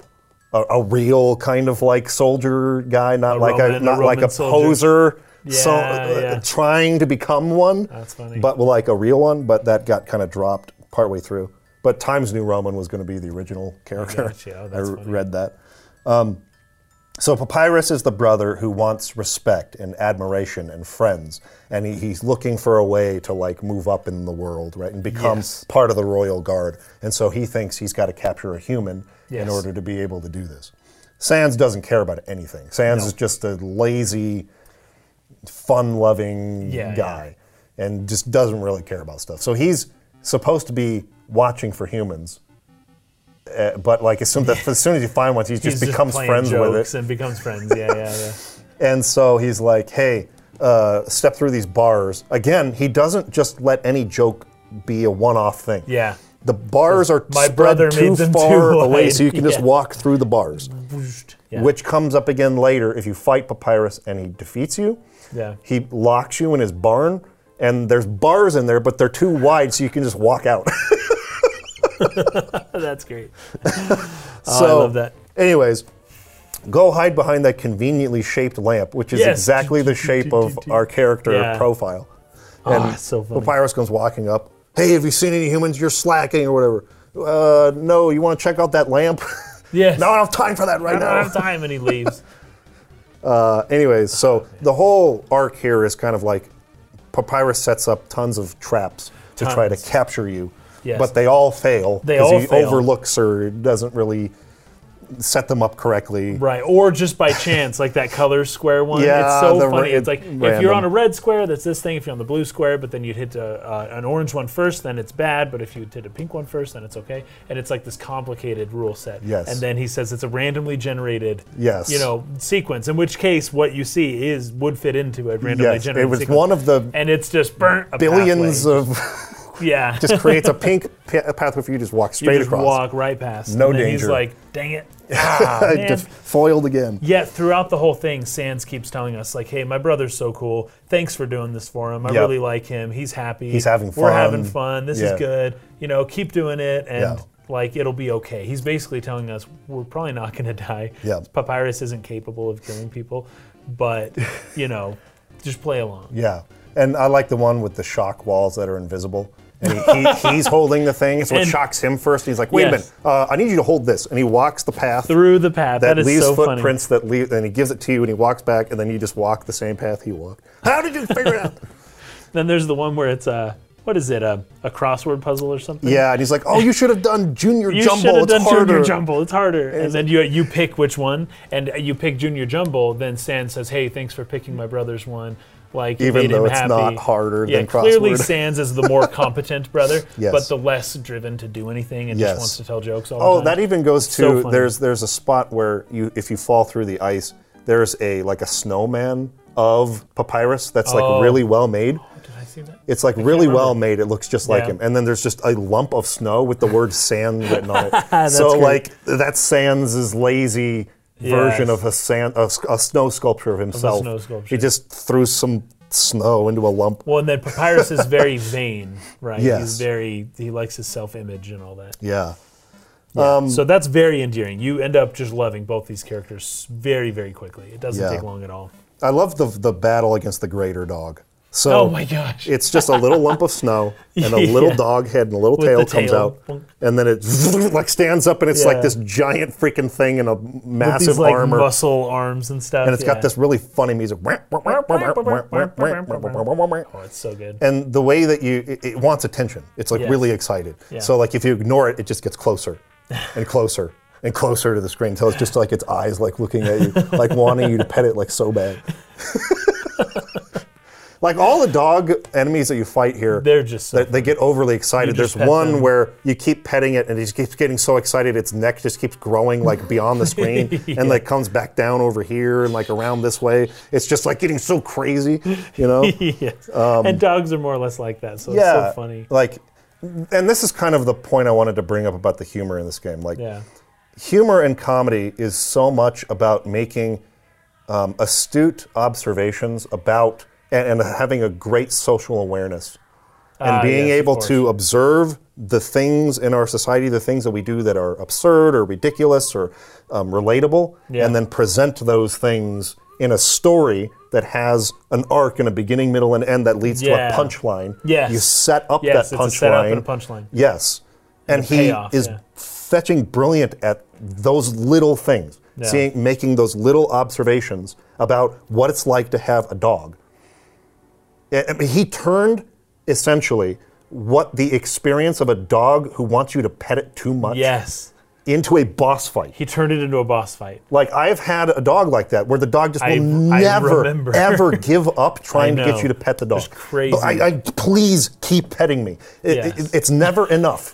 [SPEAKER 2] A, a real kind of like soldier guy, not
[SPEAKER 1] A
[SPEAKER 2] like
[SPEAKER 1] Roman-
[SPEAKER 2] a
[SPEAKER 1] a
[SPEAKER 2] not like a
[SPEAKER 1] Roman soldier.
[SPEAKER 2] poser, so, uh,
[SPEAKER 1] Yeah, yeah.
[SPEAKER 2] trying to become one.
[SPEAKER 1] That's funny.
[SPEAKER 2] But well, like a real one, but that got kind of dropped partway through. But Times New Roman was going to be the original character.
[SPEAKER 1] gotcha. Oh, that's
[SPEAKER 2] I r-
[SPEAKER 1] funny.
[SPEAKER 2] read that. Um, so Papyrus is the brother who wants respect and admiration and friends, and he, he's looking for a way to like move up in the world, right, and become
[SPEAKER 1] Yes.
[SPEAKER 2] part of the royal guard. And so he thinks he's got to capture a human in
[SPEAKER 1] Yes.
[SPEAKER 2] order to be able to do this. Sans doesn't care about anything. Sans is just a lazy, fun-loving
[SPEAKER 1] Yeah, yeah.
[SPEAKER 2] guy, and just doesn't really care about stuff. So he's supposed to be watching for humans, uh, but like as soon, the, as soon as you find one, he
[SPEAKER 1] He's
[SPEAKER 2] just becomes
[SPEAKER 1] playing
[SPEAKER 2] friends with it.
[SPEAKER 1] jokes And becomes friends, yeah, yeah, yeah.
[SPEAKER 2] And so he's like, hey, uh, step through these bars. Again, he doesn't just let any joke be a one off thing.
[SPEAKER 1] Yeah.
[SPEAKER 2] the bars are
[SPEAKER 1] My
[SPEAKER 2] spread
[SPEAKER 1] brother
[SPEAKER 2] too
[SPEAKER 1] made them
[SPEAKER 2] far
[SPEAKER 1] too
[SPEAKER 2] away,
[SPEAKER 1] wide,
[SPEAKER 2] so you can just
[SPEAKER 1] yeah.
[SPEAKER 2] walk through the bars.
[SPEAKER 1] Yeah.
[SPEAKER 2] Which comes up again later if you fight Papyrus and he defeats you.
[SPEAKER 1] Yeah.
[SPEAKER 2] He locks you in his barn, and there's bars in there, but they're too wide, so you can just walk out.
[SPEAKER 1] Oh, That's great.
[SPEAKER 2] so,
[SPEAKER 1] I love that.
[SPEAKER 2] Anyways, go hide behind that conveniently shaped lamp, which is
[SPEAKER 1] Yes.
[SPEAKER 2] exactly the shape of our character
[SPEAKER 1] Yeah.
[SPEAKER 2] profile.
[SPEAKER 1] Ah, so funny.
[SPEAKER 2] Papyrus comes walking up. Hey, have you seen any humans? You're slacking or whatever. Uh, no, you want to check out that lamp?
[SPEAKER 1] Yes.
[SPEAKER 2] no, I don't have time for that
[SPEAKER 1] I
[SPEAKER 2] right
[SPEAKER 1] don't have
[SPEAKER 2] now.
[SPEAKER 1] time, and he leaves.
[SPEAKER 2] Uh, anyways, so the whole arc here is kind of like Papyrus sets up tons of traps to try to
[SPEAKER 1] Tons.
[SPEAKER 2] capture you,
[SPEAKER 1] Yes.
[SPEAKER 2] but they all fail
[SPEAKER 1] They
[SPEAKER 2] because
[SPEAKER 1] all
[SPEAKER 2] he
[SPEAKER 1] fail.
[SPEAKER 2] overlooks or doesn't really set them up correctly.
[SPEAKER 1] Right, or just by chance, like that color square one.
[SPEAKER 2] Yeah,
[SPEAKER 1] it's so
[SPEAKER 2] the
[SPEAKER 1] funny.
[SPEAKER 2] ra-
[SPEAKER 1] it's like if
[SPEAKER 2] random.
[SPEAKER 1] you're on a red square, that's this thing. If you're on the blue square, but then you'd hit a, uh, an orange one first, then it's bad. But if you did a pink one first, then it's okay. And it's like this complicated rule set.
[SPEAKER 2] Yes.
[SPEAKER 1] And then he says it's a randomly generated.
[SPEAKER 2] Yes.
[SPEAKER 1] You know sequence. In which case, what you see is would fit into a randomly
[SPEAKER 2] Yes,
[SPEAKER 1] generated.
[SPEAKER 2] it was
[SPEAKER 1] sequence.
[SPEAKER 2] one of the
[SPEAKER 1] And it's just burnt a
[SPEAKER 2] billions
[SPEAKER 1] pathway.
[SPEAKER 2] of
[SPEAKER 1] yeah.
[SPEAKER 2] just creates a pink pa- pathway for you to just walk
[SPEAKER 1] you
[SPEAKER 2] straight
[SPEAKER 1] just
[SPEAKER 2] across.
[SPEAKER 1] walk right past.
[SPEAKER 2] No
[SPEAKER 1] and then He's
[SPEAKER 2] danger.
[SPEAKER 1] like, dang it. Ah, man.
[SPEAKER 2] Just foiled again.
[SPEAKER 1] Yet throughout the whole thing, Sans keeps telling us like, "Hey, my brother's so cool. Thanks for doing this for him. I
[SPEAKER 2] Yep.
[SPEAKER 1] really like him. He's happy.
[SPEAKER 2] He's having
[SPEAKER 1] We're
[SPEAKER 2] fun.
[SPEAKER 1] having fun. This
[SPEAKER 2] Yeah.
[SPEAKER 1] is good. You know, keep doing it, and
[SPEAKER 2] Yeah.
[SPEAKER 1] like it'll be okay." He's basically telling us we're probably not going to die.
[SPEAKER 2] Yep.
[SPEAKER 1] Papyrus isn't capable of killing people, but you know, just play along.
[SPEAKER 2] Yeah, and I like the one with the shock walls that are invisible. And he, he, he's holding the thing, so it
[SPEAKER 1] And-
[SPEAKER 2] shocks him first. He's like, "Wait a
[SPEAKER 1] Yes.
[SPEAKER 2] minute, uh, I need you to hold this." And he walks the path
[SPEAKER 1] Through the path.
[SPEAKER 2] that,
[SPEAKER 1] that is
[SPEAKER 2] leaves
[SPEAKER 1] so funny.
[SPEAKER 2] footprints that leave, and he gives it to you, and he walks back, and then you just walk the same path he walked. How did you figure it out?
[SPEAKER 1] Then there's the one where it's uh, what is it? A, a crossword puzzle or something?
[SPEAKER 2] Yeah, and he's like, "Oh, you should have done Junior
[SPEAKER 1] You should
[SPEAKER 2] Jumble.
[SPEAKER 1] have
[SPEAKER 2] It's
[SPEAKER 1] done
[SPEAKER 2] harder."
[SPEAKER 1] Junior Jumble. It's harder. And then you you pick which one, and uh, you pick Junior Jumble. Then Sans says, "Hey, thanks for picking my brother's one." Like it
[SPEAKER 2] Even
[SPEAKER 1] made
[SPEAKER 2] though
[SPEAKER 1] him
[SPEAKER 2] it's
[SPEAKER 1] happy.
[SPEAKER 2] not harder
[SPEAKER 1] yeah,
[SPEAKER 2] than
[SPEAKER 1] Clearly,
[SPEAKER 2] crossword.
[SPEAKER 1] Sans is the more competent brother,
[SPEAKER 2] Yes.
[SPEAKER 1] but the less driven to do anything and
[SPEAKER 2] Yes.
[SPEAKER 1] just wants to tell jokes all
[SPEAKER 2] Oh,
[SPEAKER 1] the time.
[SPEAKER 2] that even goes to
[SPEAKER 1] So funny.
[SPEAKER 2] there's there's a spot where you if you fall through the ice, there's a like a snowman of papyrus that's like really
[SPEAKER 1] Oh.
[SPEAKER 2] well made.
[SPEAKER 1] Did I see that?
[SPEAKER 2] It's like really
[SPEAKER 1] remember.
[SPEAKER 2] well made. It looks just like
[SPEAKER 1] Yeah.
[SPEAKER 2] him. And then there's just a lump of snow with the word sand written on it. so
[SPEAKER 1] great.
[SPEAKER 2] like that's Sands' lazy version
[SPEAKER 1] Yes.
[SPEAKER 2] of a sand a, s- a snow sculpture of himself.
[SPEAKER 1] snow
[SPEAKER 2] He
[SPEAKER 1] sculpture.
[SPEAKER 2] just threw some snow into a lump.
[SPEAKER 1] Well, and then Papyrus is very vain, right?
[SPEAKER 2] Yes.
[SPEAKER 1] He's very he likes his self-image and all that.
[SPEAKER 2] Yeah. Um,
[SPEAKER 1] so that's very endearing. You end up just loving both these characters very, very quickly. It doesn't
[SPEAKER 2] Yeah.
[SPEAKER 1] take long at all.
[SPEAKER 2] I love the the battle against the greater dog. So
[SPEAKER 1] oh my gosh!
[SPEAKER 2] It's just a little lump of snow and a little
[SPEAKER 1] Yeah.
[SPEAKER 2] dog head and a little
[SPEAKER 1] With
[SPEAKER 2] tail
[SPEAKER 1] the
[SPEAKER 2] comes
[SPEAKER 1] tail.
[SPEAKER 2] out, and then it like stands up and it's like
[SPEAKER 1] Yeah.
[SPEAKER 2] this giant freaking thing in a
[SPEAKER 1] with
[SPEAKER 2] massive
[SPEAKER 1] these like
[SPEAKER 2] armor,
[SPEAKER 1] muscle arms and stuff.
[SPEAKER 2] and it's got
[SPEAKER 1] yeah.
[SPEAKER 2] this really funny music.
[SPEAKER 1] Oh, it's so good.
[SPEAKER 2] And the way that you it, it wants attention, it's like
[SPEAKER 1] Yes.
[SPEAKER 2] really excited.
[SPEAKER 1] Yeah.
[SPEAKER 2] So like if you ignore it, it just gets closer and closer. And closer to the screen until it's just like its eyes, like looking at you, like wanting you to pet it, like so bad. like all the dog enemies that you fight here,
[SPEAKER 1] They're just so
[SPEAKER 2] they, they get overly excited.
[SPEAKER 1] You just
[SPEAKER 2] There's
[SPEAKER 1] pet
[SPEAKER 2] one
[SPEAKER 1] them.
[SPEAKER 2] where you keep petting it and it just keeps getting so excited its neck just keeps growing like beyond the screen and like comes back down over here and like around this way. It's just like getting so crazy, you know?
[SPEAKER 1] yes.
[SPEAKER 2] Um,
[SPEAKER 1] and dogs are more or less like that, so it's so funny.
[SPEAKER 2] Like and this is kind of the point I wanted to bring up about the humor in this game. Like
[SPEAKER 1] Yeah.
[SPEAKER 2] humor and comedy is so much about making um, astute observations about and, and having a great social awareness and
[SPEAKER 1] Ah,
[SPEAKER 2] being
[SPEAKER 1] yes, of
[SPEAKER 2] able
[SPEAKER 1] course.
[SPEAKER 2] to observe the things in our society, the things that we do that are absurd or ridiculous or um, relatable,
[SPEAKER 1] Yeah.
[SPEAKER 2] and then present those things in a story that has an arc and a beginning, middle, and end that leads
[SPEAKER 1] Yeah.
[SPEAKER 2] to a punchline.
[SPEAKER 1] Yes.
[SPEAKER 2] You set up
[SPEAKER 1] Yes,
[SPEAKER 2] that
[SPEAKER 1] it's
[SPEAKER 2] punchline.
[SPEAKER 1] a setup and a punchline.
[SPEAKER 2] Yes. And, he
[SPEAKER 1] payoff,
[SPEAKER 2] is
[SPEAKER 1] yeah.
[SPEAKER 2] fetching brilliant at those little things,
[SPEAKER 1] Yeah.
[SPEAKER 2] seeing, making those little observations about what it's like to have a dog. I I mean, he turned essentially what the experience of a dog who wants you to pet it too much
[SPEAKER 1] Yes.
[SPEAKER 2] into a boss fight.
[SPEAKER 1] He turned it into a boss fight.
[SPEAKER 2] Like I've had a dog like that where the dog just will
[SPEAKER 1] I- I
[SPEAKER 2] never
[SPEAKER 1] remember.
[SPEAKER 2] ever give up trying to
[SPEAKER 1] know.
[SPEAKER 2] get you to pet the dog.
[SPEAKER 1] Just crazy.
[SPEAKER 2] I, I- please keep petting me. It-
[SPEAKER 1] Yes.
[SPEAKER 2] it- it's never enough.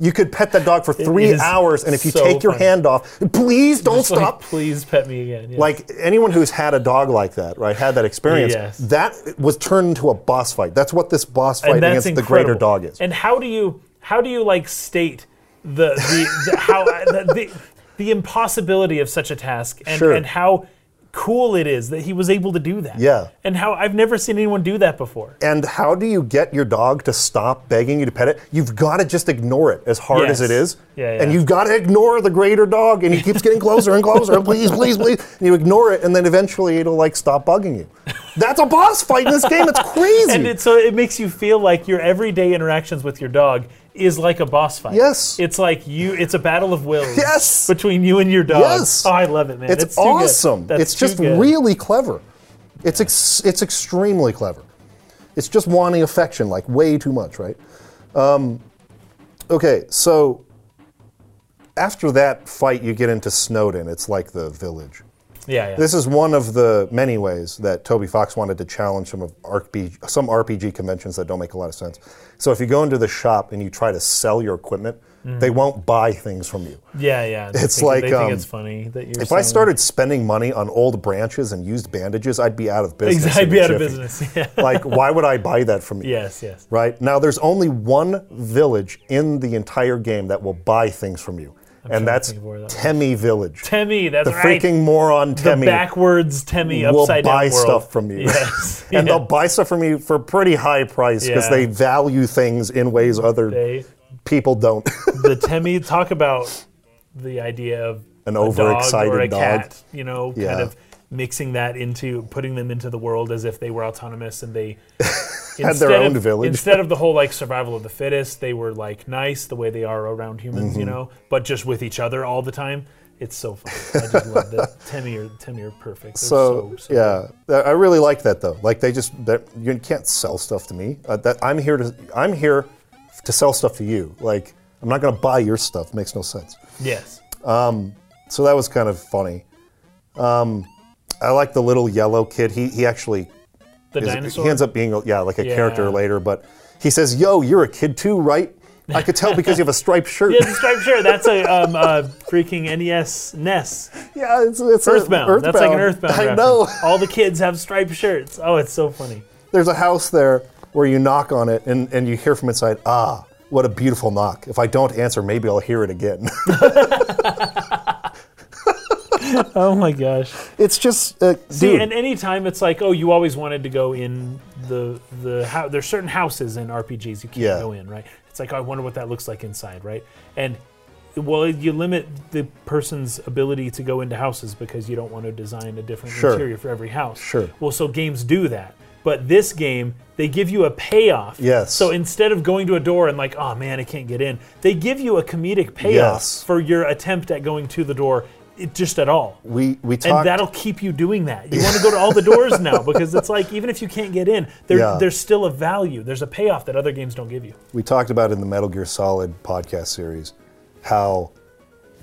[SPEAKER 2] You could pet that dog for three
[SPEAKER 1] is
[SPEAKER 2] hours, and if you
[SPEAKER 1] so
[SPEAKER 2] take your
[SPEAKER 1] funny.
[SPEAKER 2] hand off, please don't
[SPEAKER 1] Just like,
[SPEAKER 2] stop.
[SPEAKER 1] please pet me again. Yes.
[SPEAKER 2] Like anyone who's had a dog like that, right, had that experience,
[SPEAKER 1] Yes.
[SPEAKER 2] that was turned into a boss fight. That's what this boss fight
[SPEAKER 1] and
[SPEAKER 2] against
[SPEAKER 1] that's
[SPEAKER 2] the greater
[SPEAKER 1] incredible.
[SPEAKER 2] dog is.
[SPEAKER 1] And how do you how do you like state the the, the how uh, the, the the impossibility of such a task and,
[SPEAKER 2] Sure.
[SPEAKER 1] and how cool it is that he was able to do that.
[SPEAKER 2] Yeah.
[SPEAKER 1] And how I've never seen anyone do that before.
[SPEAKER 2] And how do you get your dog to stop begging you to pet it? You've got to just ignore it as hard as
[SPEAKER 1] Yes.
[SPEAKER 2] it is.
[SPEAKER 1] Yeah, yeah.
[SPEAKER 2] And you've got to ignore the greater dog, and he keeps getting closer and closer. and please, please, please. And you ignore it, and then eventually it'll like stop bugging you. That's a boss fight in this game. It's crazy.
[SPEAKER 1] And it, so it makes you feel like your everyday interactions with your dog is like a boss fight.
[SPEAKER 2] Yes.
[SPEAKER 1] It's like you it's a battle of wills
[SPEAKER 2] Yes.
[SPEAKER 1] between you and your dog.
[SPEAKER 2] Yes.
[SPEAKER 1] Oh, I love it, man.
[SPEAKER 2] it's,
[SPEAKER 1] too good.
[SPEAKER 2] awesome.
[SPEAKER 1] That's
[SPEAKER 2] It's
[SPEAKER 1] too
[SPEAKER 2] just
[SPEAKER 1] good.
[SPEAKER 2] really clever. It's ex- it's extremely clever. It's just wanting affection like way too much, right? Um, okay, so after that fight, you get into Snowden. It's like the village.
[SPEAKER 1] Yeah, yeah.
[SPEAKER 2] This is one of the many ways that Toby Fox wanted to challenge some of RPG, some RPG conventions that don't make a lot of sense. So if you go into the shop and you try to sell your equipment,
[SPEAKER 1] Mm.
[SPEAKER 2] they won't buy things from you.
[SPEAKER 1] yeah, yeah. They
[SPEAKER 2] it's
[SPEAKER 1] think-
[SPEAKER 2] like,
[SPEAKER 1] they think
[SPEAKER 2] um,
[SPEAKER 1] it's funny that you're
[SPEAKER 2] If I
[SPEAKER 1] selling-
[SPEAKER 2] started spending money on old branches and used bandages, I'd be out of business.
[SPEAKER 1] I'd
[SPEAKER 2] in
[SPEAKER 1] be
[SPEAKER 2] a
[SPEAKER 1] out of
[SPEAKER 2] jiffy.
[SPEAKER 1] business. Yeah.
[SPEAKER 2] like, why would I buy that from you?
[SPEAKER 1] yes, yes.
[SPEAKER 2] Right? Now, there's only one village in the entire game that will buy things from you, and
[SPEAKER 1] trying to
[SPEAKER 2] that's
[SPEAKER 1] think of where that was.
[SPEAKER 2] Temi Village.
[SPEAKER 1] Temmie, that's
[SPEAKER 2] the
[SPEAKER 1] right.
[SPEAKER 2] freaking moron
[SPEAKER 1] the
[SPEAKER 2] Temi
[SPEAKER 1] backwards Temmie
[SPEAKER 2] will
[SPEAKER 1] upside down
[SPEAKER 2] buy
[SPEAKER 1] world.
[SPEAKER 2] stuff from you.
[SPEAKER 1] Yes.
[SPEAKER 2] and
[SPEAKER 1] yeah.
[SPEAKER 2] they'll buy stuff from you for a pretty high price because
[SPEAKER 1] Yeah.
[SPEAKER 2] they value things in ways other
[SPEAKER 1] They-
[SPEAKER 2] people don't.
[SPEAKER 1] the Temmie talk about the idea of
[SPEAKER 2] An
[SPEAKER 1] a dog
[SPEAKER 2] overexcited
[SPEAKER 1] or a
[SPEAKER 2] dog.
[SPEAKER 1] cat, you know,
[SPEAKER 2] Yeah.
[SPEAKER 1] kind of mixing that into putting them into the world as if they were autonomous and they
[SPEAKER 2] Had their
[SPEAKER 1] instead
[SPEAKER 2] own
[SPEAKER 1] of-
[SPEAKER 2] village.
[SPEAKER 1] Instead of the whole like survival of the fittest, they were like nice the way they are around humans,
[SPEAKER 2] Mm-hmm.
[SPEAKER 1] you know, but just with each other all the time. It's so fun. I just love that. Temmie are Temmie are perfect. They're so,
[SPEAKER 2] so,
[SPEAKER 1] so,
[SPEAKER 2] yeah, Th- I really like that though. Like they just that you can't sell stuff to me. Uh, that I'm here to I'm here to sell stuff to you. Like I'm not going to buy your stuff. Makes no sense. Um,
[SPEAKER 1] yes.
[SPEAKER 2] So that was kind of funny. Um, I like the little yellow kid. He he actually
[SPEAKER 1] The
[SPEAKER 2] is-
[SPEAKER 1] dinosaur.
[SPEAKER 2] He ends up being yeah, like a character
[SPEAKER 1] Yeah.
[SPEAKER 2] later, but he says, "Yo, you're a kid too, right?" I could tell because you have a striped shirt.
[SPEAKER 1] yeah, the striped shirt. That's a um, uh, freaking NES NES
[SPEAKER 2] Yeah, it's, it's a-
[SPEAKER 1] Earthbound. That's like an Earthbound.
[SPEAKER 2] I
[SPEAKER 1] reference.
[SPEAKER 2] know.
[SPEAKER 1] All the kids have striped shirts. Oh, it's so funny.
[SPEAKER 2] There's a house there where you knock on it and, and you hear from inside, ah, what a beautiful knock. If I don't answer, maybe I'll hear it again.
[SPEAKER 1] Oh my gosh.
[SPEAKER 2] it's just, uh,
[SPEAKER 1] See,
[SPEAKER 2] dude.
[SPEAKER 1] and anytime it's like, oh, you always wanted to go in the the house. There's certain houses in RPGs you can't
[SPEAKER 2] Yeah.
[SPEAKER 1] go in, right? It's like, oh, I wonder what that looks like inside, right? And well, you limit the person's ability to go into houses because you don't want to design a different
[SPEAKER 2] Sure.
[SPEAKER 1] interior for every house.
[SPEAKER 2] Sure.
[SPEAKER 1] Well, so games do that. But this game, they give you a payoff.
[SPEAKER 2] Yes.
[SPEAKER 1] So instead of going to a door and like, oh man, I can't get in, they give you a comedic payoff
[SPEAKER 2] Yes.
[SPEAKER 1] for your attempt at going to the door, it, just at all.
[SPEAKER 2] we, we
[SPEAKER 1] And
[SPEAKER 2] talked.
[SPEAKER 1] that'll keep you doing that. You want to go to all the doors now because it's like even if you can't get in, there,
[SPEAKER 2] Yeah.
[SPEAKER 1] there's still a value. There's a payoff that other games don't give you.
[SPEAKER 2] we talked about in the Metal Gear Solid podcast series how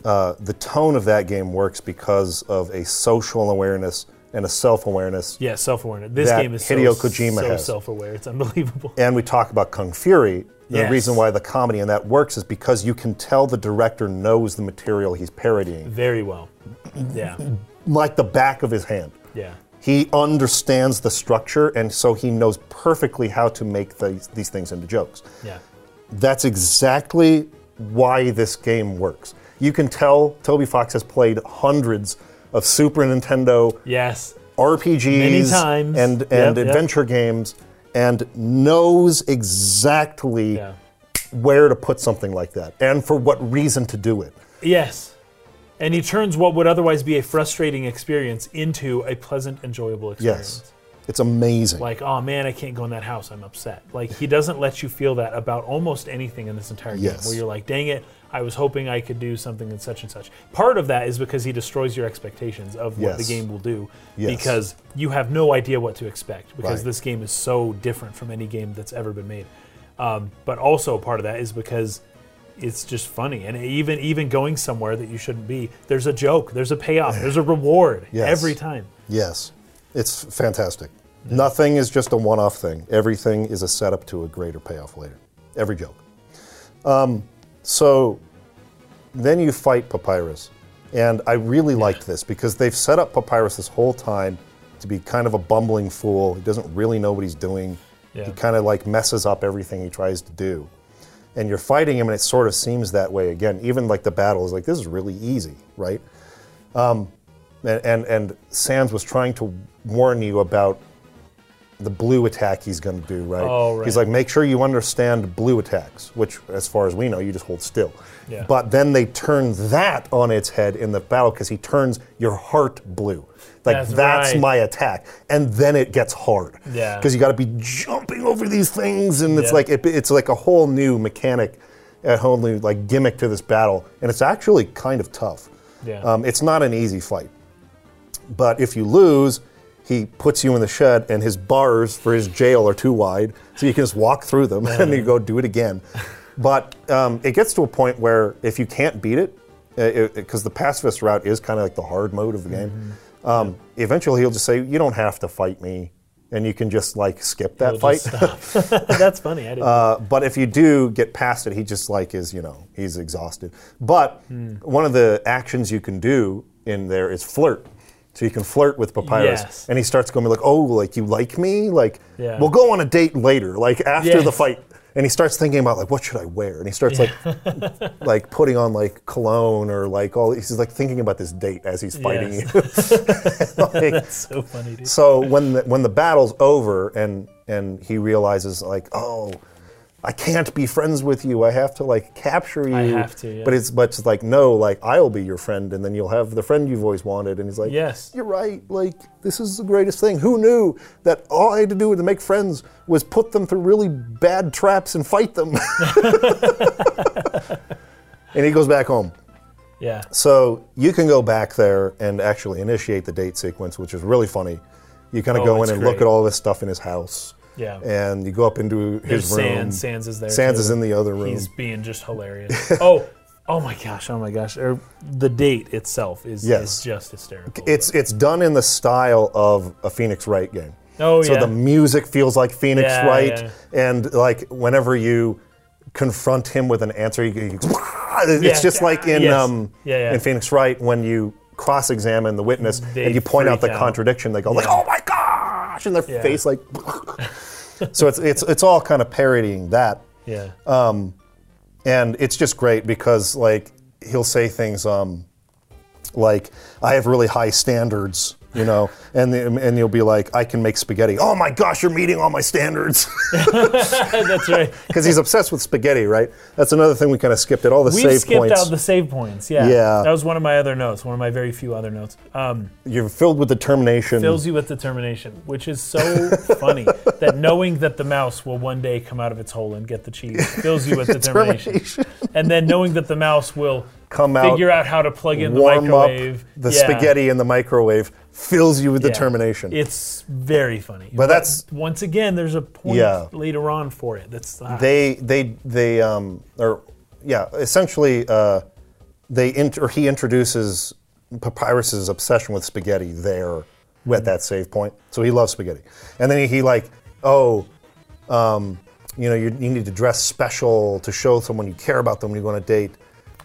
[SPEAKER 2] uh, the tone of that game works because of a social awareness and a self awareness.
[SPEAKER 1] Yeah, self-awareness. This
[SPEAKER 2] That
[SPEAKER 1] game is
[SPEAKER 2] Hideo
[SPEAKER 1] so,
[SPEAKER 2] Kojima
[SPEAKER 1] so
[SPEAKER 2] has.
[SPEAKER 1] self-aware. It's unbelievable.
[SPEAKER 2] And we talk about Kung Fury. The
[SPEAKER 1] Yes.
[SPEAKER 2] reason why the comedy in that works is because you can tell the director knows the material he's parodying,
[SPEAKER 1] Very well. Yeah,
[SPEAKER 2] like the back of his hand.
[SPEAKER 1] yeah.
[SPEAKER 2] He understands the structure, and so he knows perfectly how to make these, these things into jokes.
[SPEAKER 1] Yeah.
[SPEAKER 2] That's exactly why this game works. You can tell Toby Fox has played hundreds of Super Nintendo
[SPEAKER 1] Yes.
[SPEAKER 2] RPGs
[SPEAKER 1] Many times.
[SPEAKER 2] and,
[SPEAKER 1] Yep,
[SPEAKER 2] and
[SPEAKER 1] yep.
[SPEAKER 2] adventure games and knows exactly
[SPEAKER 1] Yeah.
[SPEAKER 2] where to put something like that and for what reason to do it.
[SPEAKER 1] Yes. And he turns what would otherwise be a frustrating experience into a pleasant, enjoyable experience.
[SPEAKER 2] Yes. It's amazing.
[SPEAKER 1] Like, oh man, I can't go in that house. I'm upset. Like, he doesn't let you feel that about almost anything in this entire game.
[SPEAKER 2] Yes.
[SPEAKER 1] Where you're like, dang it, I was hoping I could do something and such and such. Part of that is because he destroys your expectations of what the
[SPEAKER 2] Yes.
[SPEAKER 1] game will do
[SPEAKER 2] Yes.
[SPEAKER 1] because you have no idea what to expect because
[SPEAKER 2] Right.
[SPEAKER 1] this game is so different from any game that's ever been made. Um, but also, part of that is because it's just funny and even even going somewhere that you shouldn't be there's a joke there's a payoff there's a reward
[SPEAKER 2] Yes.
[SPEAKER 1] every time
[SPEAKER 2] yes. It's fantastic. Nothing is just a one off thing, everything is a setup to a greater payoff later. Every joke. Um, so then you fight Papyrus. And I really liked this because they've set up Papyrus this whole time to be kind of a bumbling fool. He doesn't really know what he's doing.
[SPEAKER 1] Yeah.
[SPEAKER 2] He kind of like messes up everything he tries to do. and you're fighting him, and it sort of seems that way again. Even like the battle is like this is really easy, right? Um, and, and and Sans was trying to warn you about the blue attack he's going to do, right?
[SPEAKER 1] Oh, right.
[SPEAKER 2] He's like, make sure you understand blue attacks, which, as far as we know, you just hold still.
[SPEAKER 1] Yeah.
[SPEAKER 2] But then they turn that on its head in the battle because he turns your heart blue. Like
[SPEAKER 1] That's
[SPEAKER 2] that's,
[SPEAKER 1] right.
[SPEAKER 2] my attack, and then it gets hard.
[SPEAKER 1] Yeah.
[SPEAKER 2] Because you got to be jumping over these things, and it's
[SPEAKER 1] Yeah.
[SPEAKER 2] like it, it's like a whole new mechanic, a whole new like gimmick to this battle, and it's actually kind of tough.
[SPEAKER 1] Yeah.
[SPEAKER 2] Um, it's not an easy fight. But if you lose, he puts you in the shed, and his bars for his jail are too wide, so you can just walk through them and you go do it again. But um, it gets to a point where if you can't beat it, because the pacifist route is kind of like the hard mode of the game,
[SPEAKER 1] Mm-hmm.
[SPEAKER 2] um, eventually he'll just say, "You don't have to fight me," and you can just like skip that
[SPEAKER 1] We'll
[SPEAKER 2] fight.
[SPEAKER 1] just stop. That's funny. I didn't.
[SPEAKER 2] Uh, but if you do get past it, he just like is you know he's exhausted. But
[SPEAKER 1] Hmm.
[SPEAKER 2] one of the actions you can do in there is flirt. So you can flirt with Papyrus,
[SPEAKER 1] Yes.
[SPEAKER 2] and he starts going like, "Oh, like you like me? Like
[SPEAKER 1] Yeah.
[SPEAKER 2] we'll go on a date later, like after the
[SPEAKER 1] Yes.
[SPEAKER 2] fight." And he starts thinking about like, "What should I wear?" And he starts like, like putting on like cologne or like all. He's like thinking about this date as he's fighting
[SPEAKER 1] Yes.
[SPEAKER 2] you. Like,
[SPEAKER 1] That's so funny, dude.
[SPEAKER 2] so when the, when the battle's over and and he realizes like oh I can't be friends with you I have to like capture you
[SPEAKER 1] have to, yeah.
[SPEAKER 2] but it's but it's like no like I'll be your friend and then you'll have the friend you've always wanted and he's like
[SPEAKER 1] Yes.
[SPEAKER 2] you're right like this is the greatest thing who knew that all I had to do to make friends was put them through really bad traps and fight them and he goes back home
[SPEAKER 1] Yeah.
[SPEAKER 2] so you can go back there and actually initiate the date sequence, which is really funny. You kind of
[SPEAKER 1] Oh,
[SPEAKER 2] go
[SPEAKER 1] it's
[SPEAKER 2] in and look
[SPEAKER 1] great.
[SPEAKER 2] at all this stuff in his house,
[SPEAKER 1] Yeah.
[SPEAKER 2] and you go up into
[SPEAKER 1] There's
[SPEAKER 2] his room.
[SPEAKER 1] Sans. Sans is there.
[SPEAKER 2] Sans
[SPEAKER 1] too.
[SPEAKER 2] is in the other room.
[SPEAKER 1] He's being just hilarious. oh, oh my gosh, oh my gosh. Or the date itself is,
[SPEAKER 2] Yes.
[SPEAKER 1] is just hysterical.
[SPEAKER 2] it's it's done in the style of a Phoenix Wright game.
[SPEAKER 1] Oh,
[SPEAKER 2] so
[SPEAKER 1] yeah.
[SPEAKER 2] the music feels like Phoenix
[SPEAKER 1] Yeah,
[SPEAKER 2] Wright,
[SPEAKER 1] yeah.
[SPEAKER 2] and like whenever you confront him with an answer, you, you- it's
[SPEAKER 1] Yeah.
[SPEAKER 2] just like in
[SPEAKER 1] Yes.
[SPEAKER 2] um,
[SPEAKER 1] Yeah, yeah.
[SPEAKER 2] in Phoenix Wright when you cross-examine the witness
[SPEAKER 1] They
[SPEAKER 2] and you point out the
[SPEAKER 1] freak out.
[SPEAKER 2] contradiction. They go like, "Oh my gosh!" and their
[SPEAKER 1] Yeah.
[SPEAKER 2] face like. so it's it's it's all kind of parodying that
[SPEAKER 1] yeah.
[SPEAKER 2] and it's just great because like he'll say things um, like I have really high standards, you know, and the, and you'll be like I can make spaghetti. Oh my gosh, you're meeting all my standards
[SPEAKER 1] That's right.
[SPEAKER 2] because he's obsessed with spaghetti, right? That's another thing we kind of skipped at all the
[SPEAKER 1] We
[SPEAKER 2] save
[SPEAKER 1] skipped
[SPEAKER 2] points.
[SPEAKER 1] out the save points. Yeah.
[SPEAKER 2] Yeah.
[SPEAKER 1] That was one of my other notes, one of my very few other notes. Um,
[SPEAKER 2] you're filled with determination.
[SPEAKER 1] fills you with determination, which is so funny that knowing that the mouse will one day come out of its hole and get the cheese fills you with determination.
[SPEAKER 2] Determination.
[SPEAKER 1] And then knowing that the mouse will
[SPEAKER 2] Come out,
[SPEAKER 1] figure out how to plug in the
[SPEAKER 2] warm up
[SPEAKER 1] microwave.
[SPEAKER 2] the
[SPEAKER 1] Yeah.
[SPEAKER 2] spaghetti in the microwave fills you with
[SPEAKER 1] Yeah.
[SPEAKER 2] determination.
[SPEAKER 1] It's very funny.
[SPEAKER 2] But that's-
[SPEAKER 1] once again, there's a point
[SPEAKER 2] Yeah.
[SPEAKER 1] later on for it. That's ah,
[SPEAKER 2] they they they um or yeah essentially uh, they int- or he introduces papyrus's obsession with spaghetti there at that save point so he loves spaghetti and then he, he like oh um, you know you, you need to dress special to show someone you care about them when you go on a date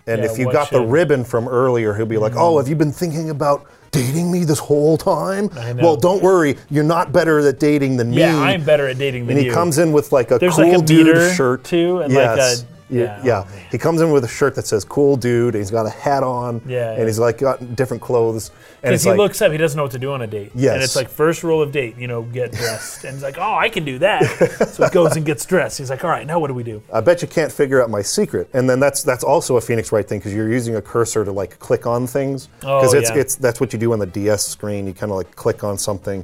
[SPEAKER 2] and
[SPEAKER 1] Yeah,
[SPEAKER 2] if you
[SPEAKER 1] what
[SPEAKER 2] got the
[SPEAKER 1] should- Mm.
[SPEAKER 2] ribbon from earlier he'll be like oh have you been thinking about dating me this whole time
[SPEAKER 1] I know.
[SPEAKER 2] well don't worry you're not better at dating than me
[SPEAKER 1] yeah, I'm better at dating than
[SPEAKER 2] and he
[SPEAKER 1] you.
[SPEAKER 2] comes in with like a
[SPEAKER 1] There's
[SPEAKER 2] cool
[SPEAKER 1] like a meter
[SPEAKER 2] dude shirt
[SPEAKER 1] too, and like
[SPEAKER 2] yes.
[SPEAKER 1] a-
[SPEAKER 2] Y-
[SPEAKER 1] yeah,
[SPEAKER 2] yeah.
[SPEAKER 1] oh, man.
[SPEAKER 2] he comes in with a shirt that says "cool dude," and he's got a hat on,
[SPEAKER 1] Yeah,
[SPEAKER 2] and
[SPEAKER 1] yeah.
[SPEAKER 2] he's like got different clothes, and
[SPEAKER 1] because
[SPEAKER 2] it's
[SPEAKER 1] he
[SPEAKER 2] like,
[SPEAKER 1] looks up, he doesn't know what to do on a date.
[SPEAKER 2] Yes.
[SPEAKER 1] And it's like first rule of date, you know, get dressed. and he's like, oh, I can do that. So he goes and gets dressed. He's like, all right, now what do we do?
[SPEAKER 2] "I bet you can't figure out my secret." And then that's that's also a Phoenix Wright thing because you're using a cursor to like click on things because
[SPEAKER 1] Oh,
[SPEAKER 2] it's
[SPEAKER 1] yeah.
[SPEAKER 2] it's that's what you do on the DS screen. You kind of like click on something,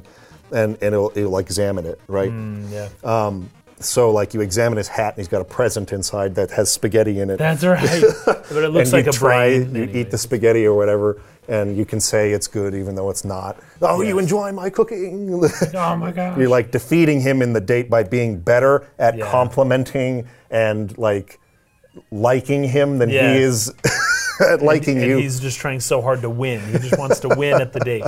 [SPEAKER 2] and and it'll it'll examine it, right?
[SPEAKER 1] Mm,
[SPEAKER 2] Um,
[SPEAKER 1] Yeah,
[SPEAKER 2] So like you examine his hat, and he's got a present inside that has spaghetti in it.
[SPEAKER 1] that's right. But it looks
[SPEAKER 2] and
[SPEAKER 1] like a
[SPEAKER 2] you try,
[SPEAKER 1] brain.
[SPEAKER 2] you
[SPEAKER 1] anyway.
[SPEAKER 2] eat the spaghetti or whatever, and you can say it's good even though it's not. Oh, you
[SPEAKER 1] Yes.
[SPEAKER 2] enjoy my cooking.
[SPEAKER 1] Oh my gosh.
[SPEAKER 2] You're like defeating him in the date by being better at
[SPEAKER 1] Yeah.
[SPEAKER 2] complimenting and like liking him than
[SPEAKER 1] Yeah.
[SPEAKER 2] he is at liking
[SPEAKER 1] and
[SPEAKER 2] you.
[SPEAKER 1] he's just trying so hard to win. He just wants to win at the date.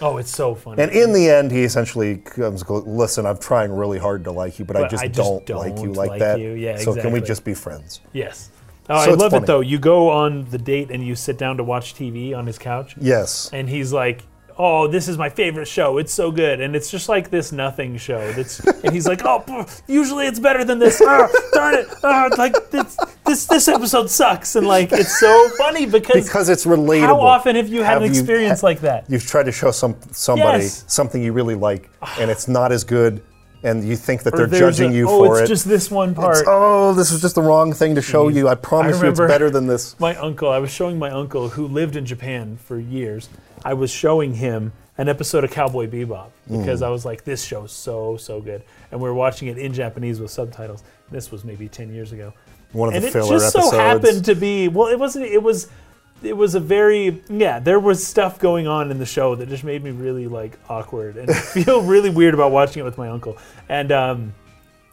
[SPEAKER 1] Oh, it's so funny.
[SPEAKER 2] and in the end, he essentially comes. go- Listen, I'm trying really hard to like you, but, I,
[SPEAKER 1] But
[SPEAKER 2] just
[SPEAKER 1] I just
[SPEAKER 2] don't,
[SPEAKER 1] don't
[SPEAKER 2] like you like,
[SPEAKER 1] like
[SPEAKER 2] that.
[SPEAKER 1] you. Yeah,
[SPEAKER 2] so can we
[SPEAKER 1] exactly.
[SPEAKER 2] just be friends?
[SPEAKER 1] Yes. Oh,
[SPEAKER 2] So
[SPEAKER 1] I
[SPEAKER 2] it's
[SPEAKER 1] love
[SPEAKER 2] funny.
[SPEAKER 1] it though. You go on the date and you sit down to watch TV on his couch,
[SPEAKER 2] Yes.
[SPEAKER 1] and he's like, oh, this is my favorite show. It's so good, and it's just like this nothing show. That's and he's like, oh, pff, usually it's better than this. Ah, darn it! Ah, like this, this this episode sucks, and like it's so funny because,
[SPEAKER 2] Because it's relatable.
[SPEAKER 1] how often have you had
[SPEAKER 2] Have
[SPEAKER 1] an
[SPEAKER 2] you
[SPEAKER 1] experience
[SPEAKER 2] ha-
[SPEAKER 1] like that?
[SPEAKER 2] You've tried to show some somebody
[SPEAKER 1] Yes.
[SPEAKER 2] something you really like, and it's not as good, and you think that they're
[SPEAKER 1] There's
[SPEAKER 2] judging
[SPEAKER 1] a-
[SPEAKER 2] you
[SPEAKER 1] oh,
[SPEAKER 2] for
[SPEAKER 1] it's
[SPEAKER 2] it.
[SPEAKER 1] just this one part.
[SPEAKER 2] It's, oh, this is just the wrong thing to show you. I promise you, it's
[SPEAKER 1] remember-
[SPEAKER 2] better than this.
[SPEAKER 1] my uncle i was showing my uncle who lived in japan for years i was showing him an episode of cowboy bebop because i was like this show's so so good and we were watching it in japanese with subtitles this was maybe 10 years ago
[SPEAKER 2] One of
[SPEAKER 1] and
[SPEAKER 2] the
[SPEAKER 1] it
[SPEAKER 2] filler
[SPEAKER 1] just
[SPEAKER 2] episodes.
[SPEAKER 1] so happened to be well it wasn't it was it was a very yeah there was stuff going on in the show that just made me really like awkward and feel really weird about watching it with my uncle and um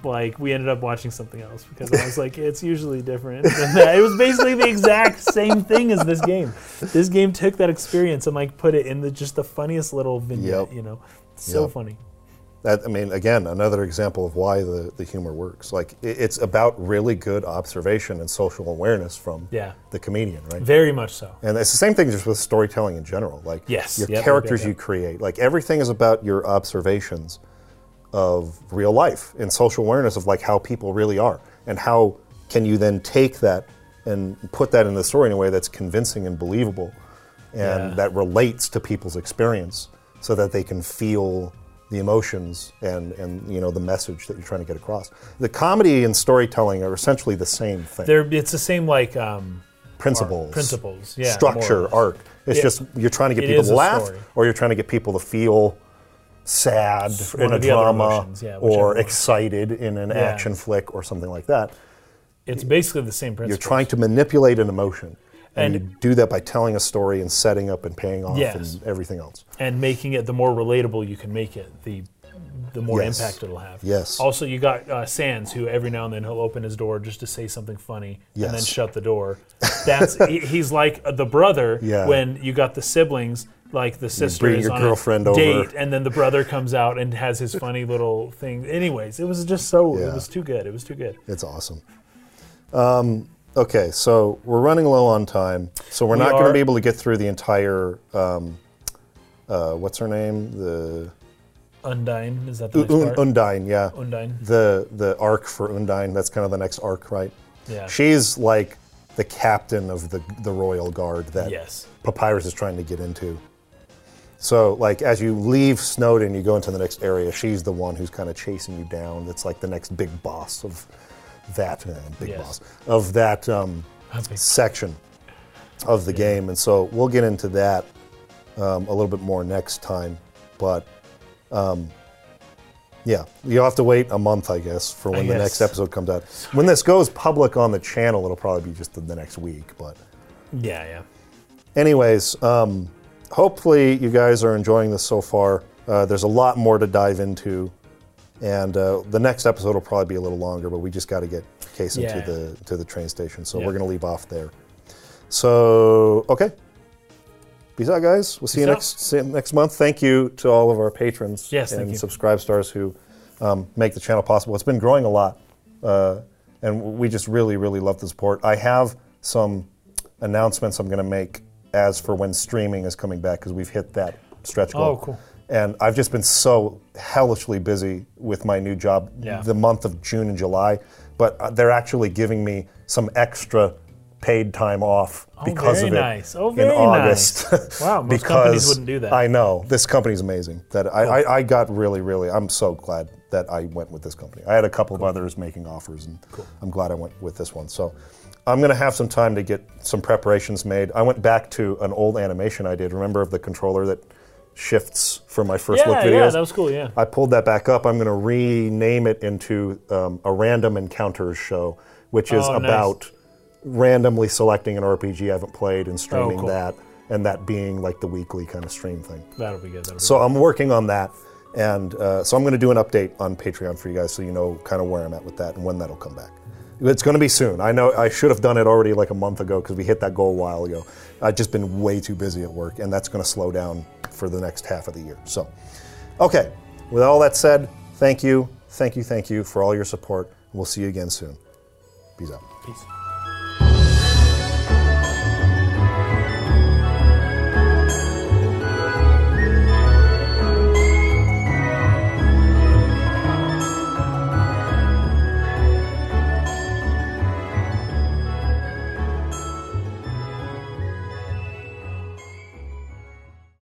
[SPEAKER 1] like we ended up watching something else because I was like, it's usually different than that. It was basically the exact same thing as this game. This game took that experience and like put it in the just the funniest little vignette,
[SPEAKER 2] Yep.
[SPEAKER 1] you know. So
[SPEAKER 2] Yep.
[SPEAKER 1] funny.
[SPEAKER 2] That, I mean, again, another example of why the, the humor works. Like, it, it's about really good observation and social awareness from
[SPEAKER 1] Yeah.
[SPEAKER 2] the comedian, right?
[SPEAKER 1] Very much so.
[SPEAKER 2] And it's the same thing just with storytelling in general. Like
[SPEAKER 1] Yes,
[SPEAKER 2] your
[SPEAKER 1] yep, yep,
[SPEAKER 2] characters
[SPEAKER 1] yep,
[SPEAKER 2] you create, like everything is about your observations of real life and social awareness of like how people really are and how can you then take that and put that in the story in a way that's convincing and believable and
[SPEAKER 1] Yeah.
[SPEAKER 2] that relates to people's experience so that they can feel the emotions and, and you know the message that you're trying to get across. The comedy and storytelling are essentially the same thing.
[SPEAKER 1] There it's the same like um
[SPEAKER 2] principles
[SPEAKER 1] principles, yeah,
[SPEAKER 2] structure,
[SPEAKER 1] morals.
[SPEAKER 2] arc. It's
[SPEAKER 1] Yeah.
[SPEAKER 2] just you're trying to get
[SPEAKER 1] It
[SPEAKER 2] people
[SPEAKER 1] is
[SPEAKER 2] to
[SPEAKER 1] a
[SPEAKER 2] laugh,
[SPEAKER 1] story.
[SPEAKER 2] or you're trying to get people to feel sad
[SPEAKER 1] one
[SPEAKER 2] in a
[SPEAKER 1] of the other
[SPEAKER 2] drama,
[SPEAKER 1] emotions, yeah, whichever
[SPEAKER 2] or
[SPEAKER 1] one.
[SPEAKER 2] excited in an action flick, or something like that.
[SPEAKER 1] It's basically the same
[SPEAKER 2] You're
[SPEAKER 1] principle.
[SPEAKER 2] trying to manipulate an emotion,
[SPEAKER 1] And-
[SPEAKER 2] and, you do that by telling a story and setting up and paying off
[SPEAKER 1] Yes.
[SPEAKER 2] and everything else.
[SPEAKER 1] and making it the more relatable you can make it, the the more
[SPEAKER 2] Yes.
[SPEAKER 1] impact it'll have.
[SPEAKER 2] Yes.
[SPEAKER 1] Also, you got uh, Sands, who every now and then he'll open his door just to say something funny, and then
[SPEAKER 2] Yes.
[SPEAKER 1] shut the door. That's he, he's like the brother
[SPEAKER 2] Yeah.
[SPEAKER 1] when you got the siblings, like the sister
[SPEAKER 2] bring
[SPEAKER 1] is
[SPEAKER 2] your
[SPEAKER 1] on
[SPEAKER 2] girlfriend
[SPEAKER 1] a
[SPEAKER 2] over.
[SPEAKER 1] date, and then the brother comes out and has his funny little thing. Anyways, it was just so
[SPEAKER 2] Yeah.
[SPEAKER 1] it was too good. It was too good.
[SPEAKER 2] It's awesome. Um, okay, so we're running low on time, so we're
[SPEAKER 1] We
[SPEAKER 2] not going
[SPEAKER 1] are.
[SPEAKER 2] to be able to get through the entire. Um, uh, what's her name? The
[SPEAKER 1] Undine is that the next
[SPEAKER 2] Un-
[SPEAKER 1] part?
[SPEAKER 2] Undine, yeah.
[SPEAKER 1] Undine.
[SPEAKER 2] the the arc for Undine. That's kind of the next arc, right?
[SPEAKER 1] Yeah.
[SPEAKER 2] She's like the captain of the the royal guard that
[SPEAKER 1] Yes.
[SPEAKER 2] Papyrus is trying to get into. So like as you leave Snowden, you go into the next area. She's the one who's kind of chasing you down. That's like the next big boss of that uh, big
[SPEAKER 1] Yes.
[SPEAKER 2] boss of that um,
[SPEAKER 1] That's big.
[SPEAKER 2] section of the game. And so we'll get into that um, a little bit more next time. But um, yeah, you'll have to wait a month, I guess, for when the
[SPEAKER 1] guess.
[SPEAKER 2] next episode comes out. When this goes public on the channel, it'll probably be just the, the next week. But,
[SPEAKER 1] Yeah, yeah.
[SPEAKER 2] anyways, um, hopefully you guys are enjoying this so far. Uh, there's a lot more to dive into. And uh, the next episode will probably be a little longer, but we just got to get Case into
[SPEAKER 1] Yeah.
[SPEAKER 2] the to the train station, so
[SPEAKER 1] Yeah.
[SPEAKER 2] we're gonna leave off there. So okay, peace out, guys. We'll see you
[SPEAKER 1] Peace out.
[SPEAKER 2] next see you next month. Thank you to all of our patrons
[SPEAKER 1] Yes, thank
[SPEAKER 2] and
[SPEAKER 1] you.
[SPEAKER 2] subscribe stars who um, make the channel possible. It's been growing a lot, uh, and we just really really love the support. I have some announcements I'm gonna make as for when streaming is coming back because we've hit that stretch goal.
[SPEAKER 1] Oh, cool.
[SPEAKER 2] And I've just been so hellishly busy with my new job
[SPEAKER 1] Yeah.
[SPEAKER 2] the month of June and July, but uh, they're actually giving me some extra paid time off because
[SPEAKER 1] very
[SPEAKER 2] of it
[SPEAKER 1] nice. Oh,
[SPEAKER 2] in
[SPEAKER 1] very
[SPEAKER 2] August.
[SPEAKER 1] nice. Wow, most companies
[SPEAKER 2] because
[SPEAKER 1] wouldn't do that.
[SPEAKER 2] I know this company's amazing. That I, I, I got really really I'm so glad that I went with this company. I had a couple of others making offers, and I'm glad I went with this one. So. I'm gonna have some time to get some preparations made. I went back to an old animation I did. Remember of the controller that shifts for my first look
[SPEAKER 1] Yeah,
[SPEAKER 2] videos?
[SPEAKER 1] yeah, that was cool. Yeah.
[SPEAKER 2] I pulled that back up. I'm going to rename it into um, a random encounters show, which is
[SPEAKER 1] Oh, nice.
[SPEAKER 2] about randomly selecting an RPG I haven't played and streaming
[SPEAKER 1] Oh, cool.
[SPEAKER 2] that, and that being like the weekly kind of stream thing.
[SPEAKER 1] That'll be good. That'll be
[SPEAKER 2] So I'm working on that, and uh, so I'm going to do an update on Patreon for you guys, so you know kind of where I'm at with that and when that'll come back. It's going to be soon. I know I should have done it already like a month ago because we hit that goal a while ago. I've just been way too busy at work, and that's going to slow down for the next half of the year. So, okay. With all that said, thank you, thank you, thank you for all your support. We'll see you again soon. Peace out.
[SPEAKER 1] good. Peace.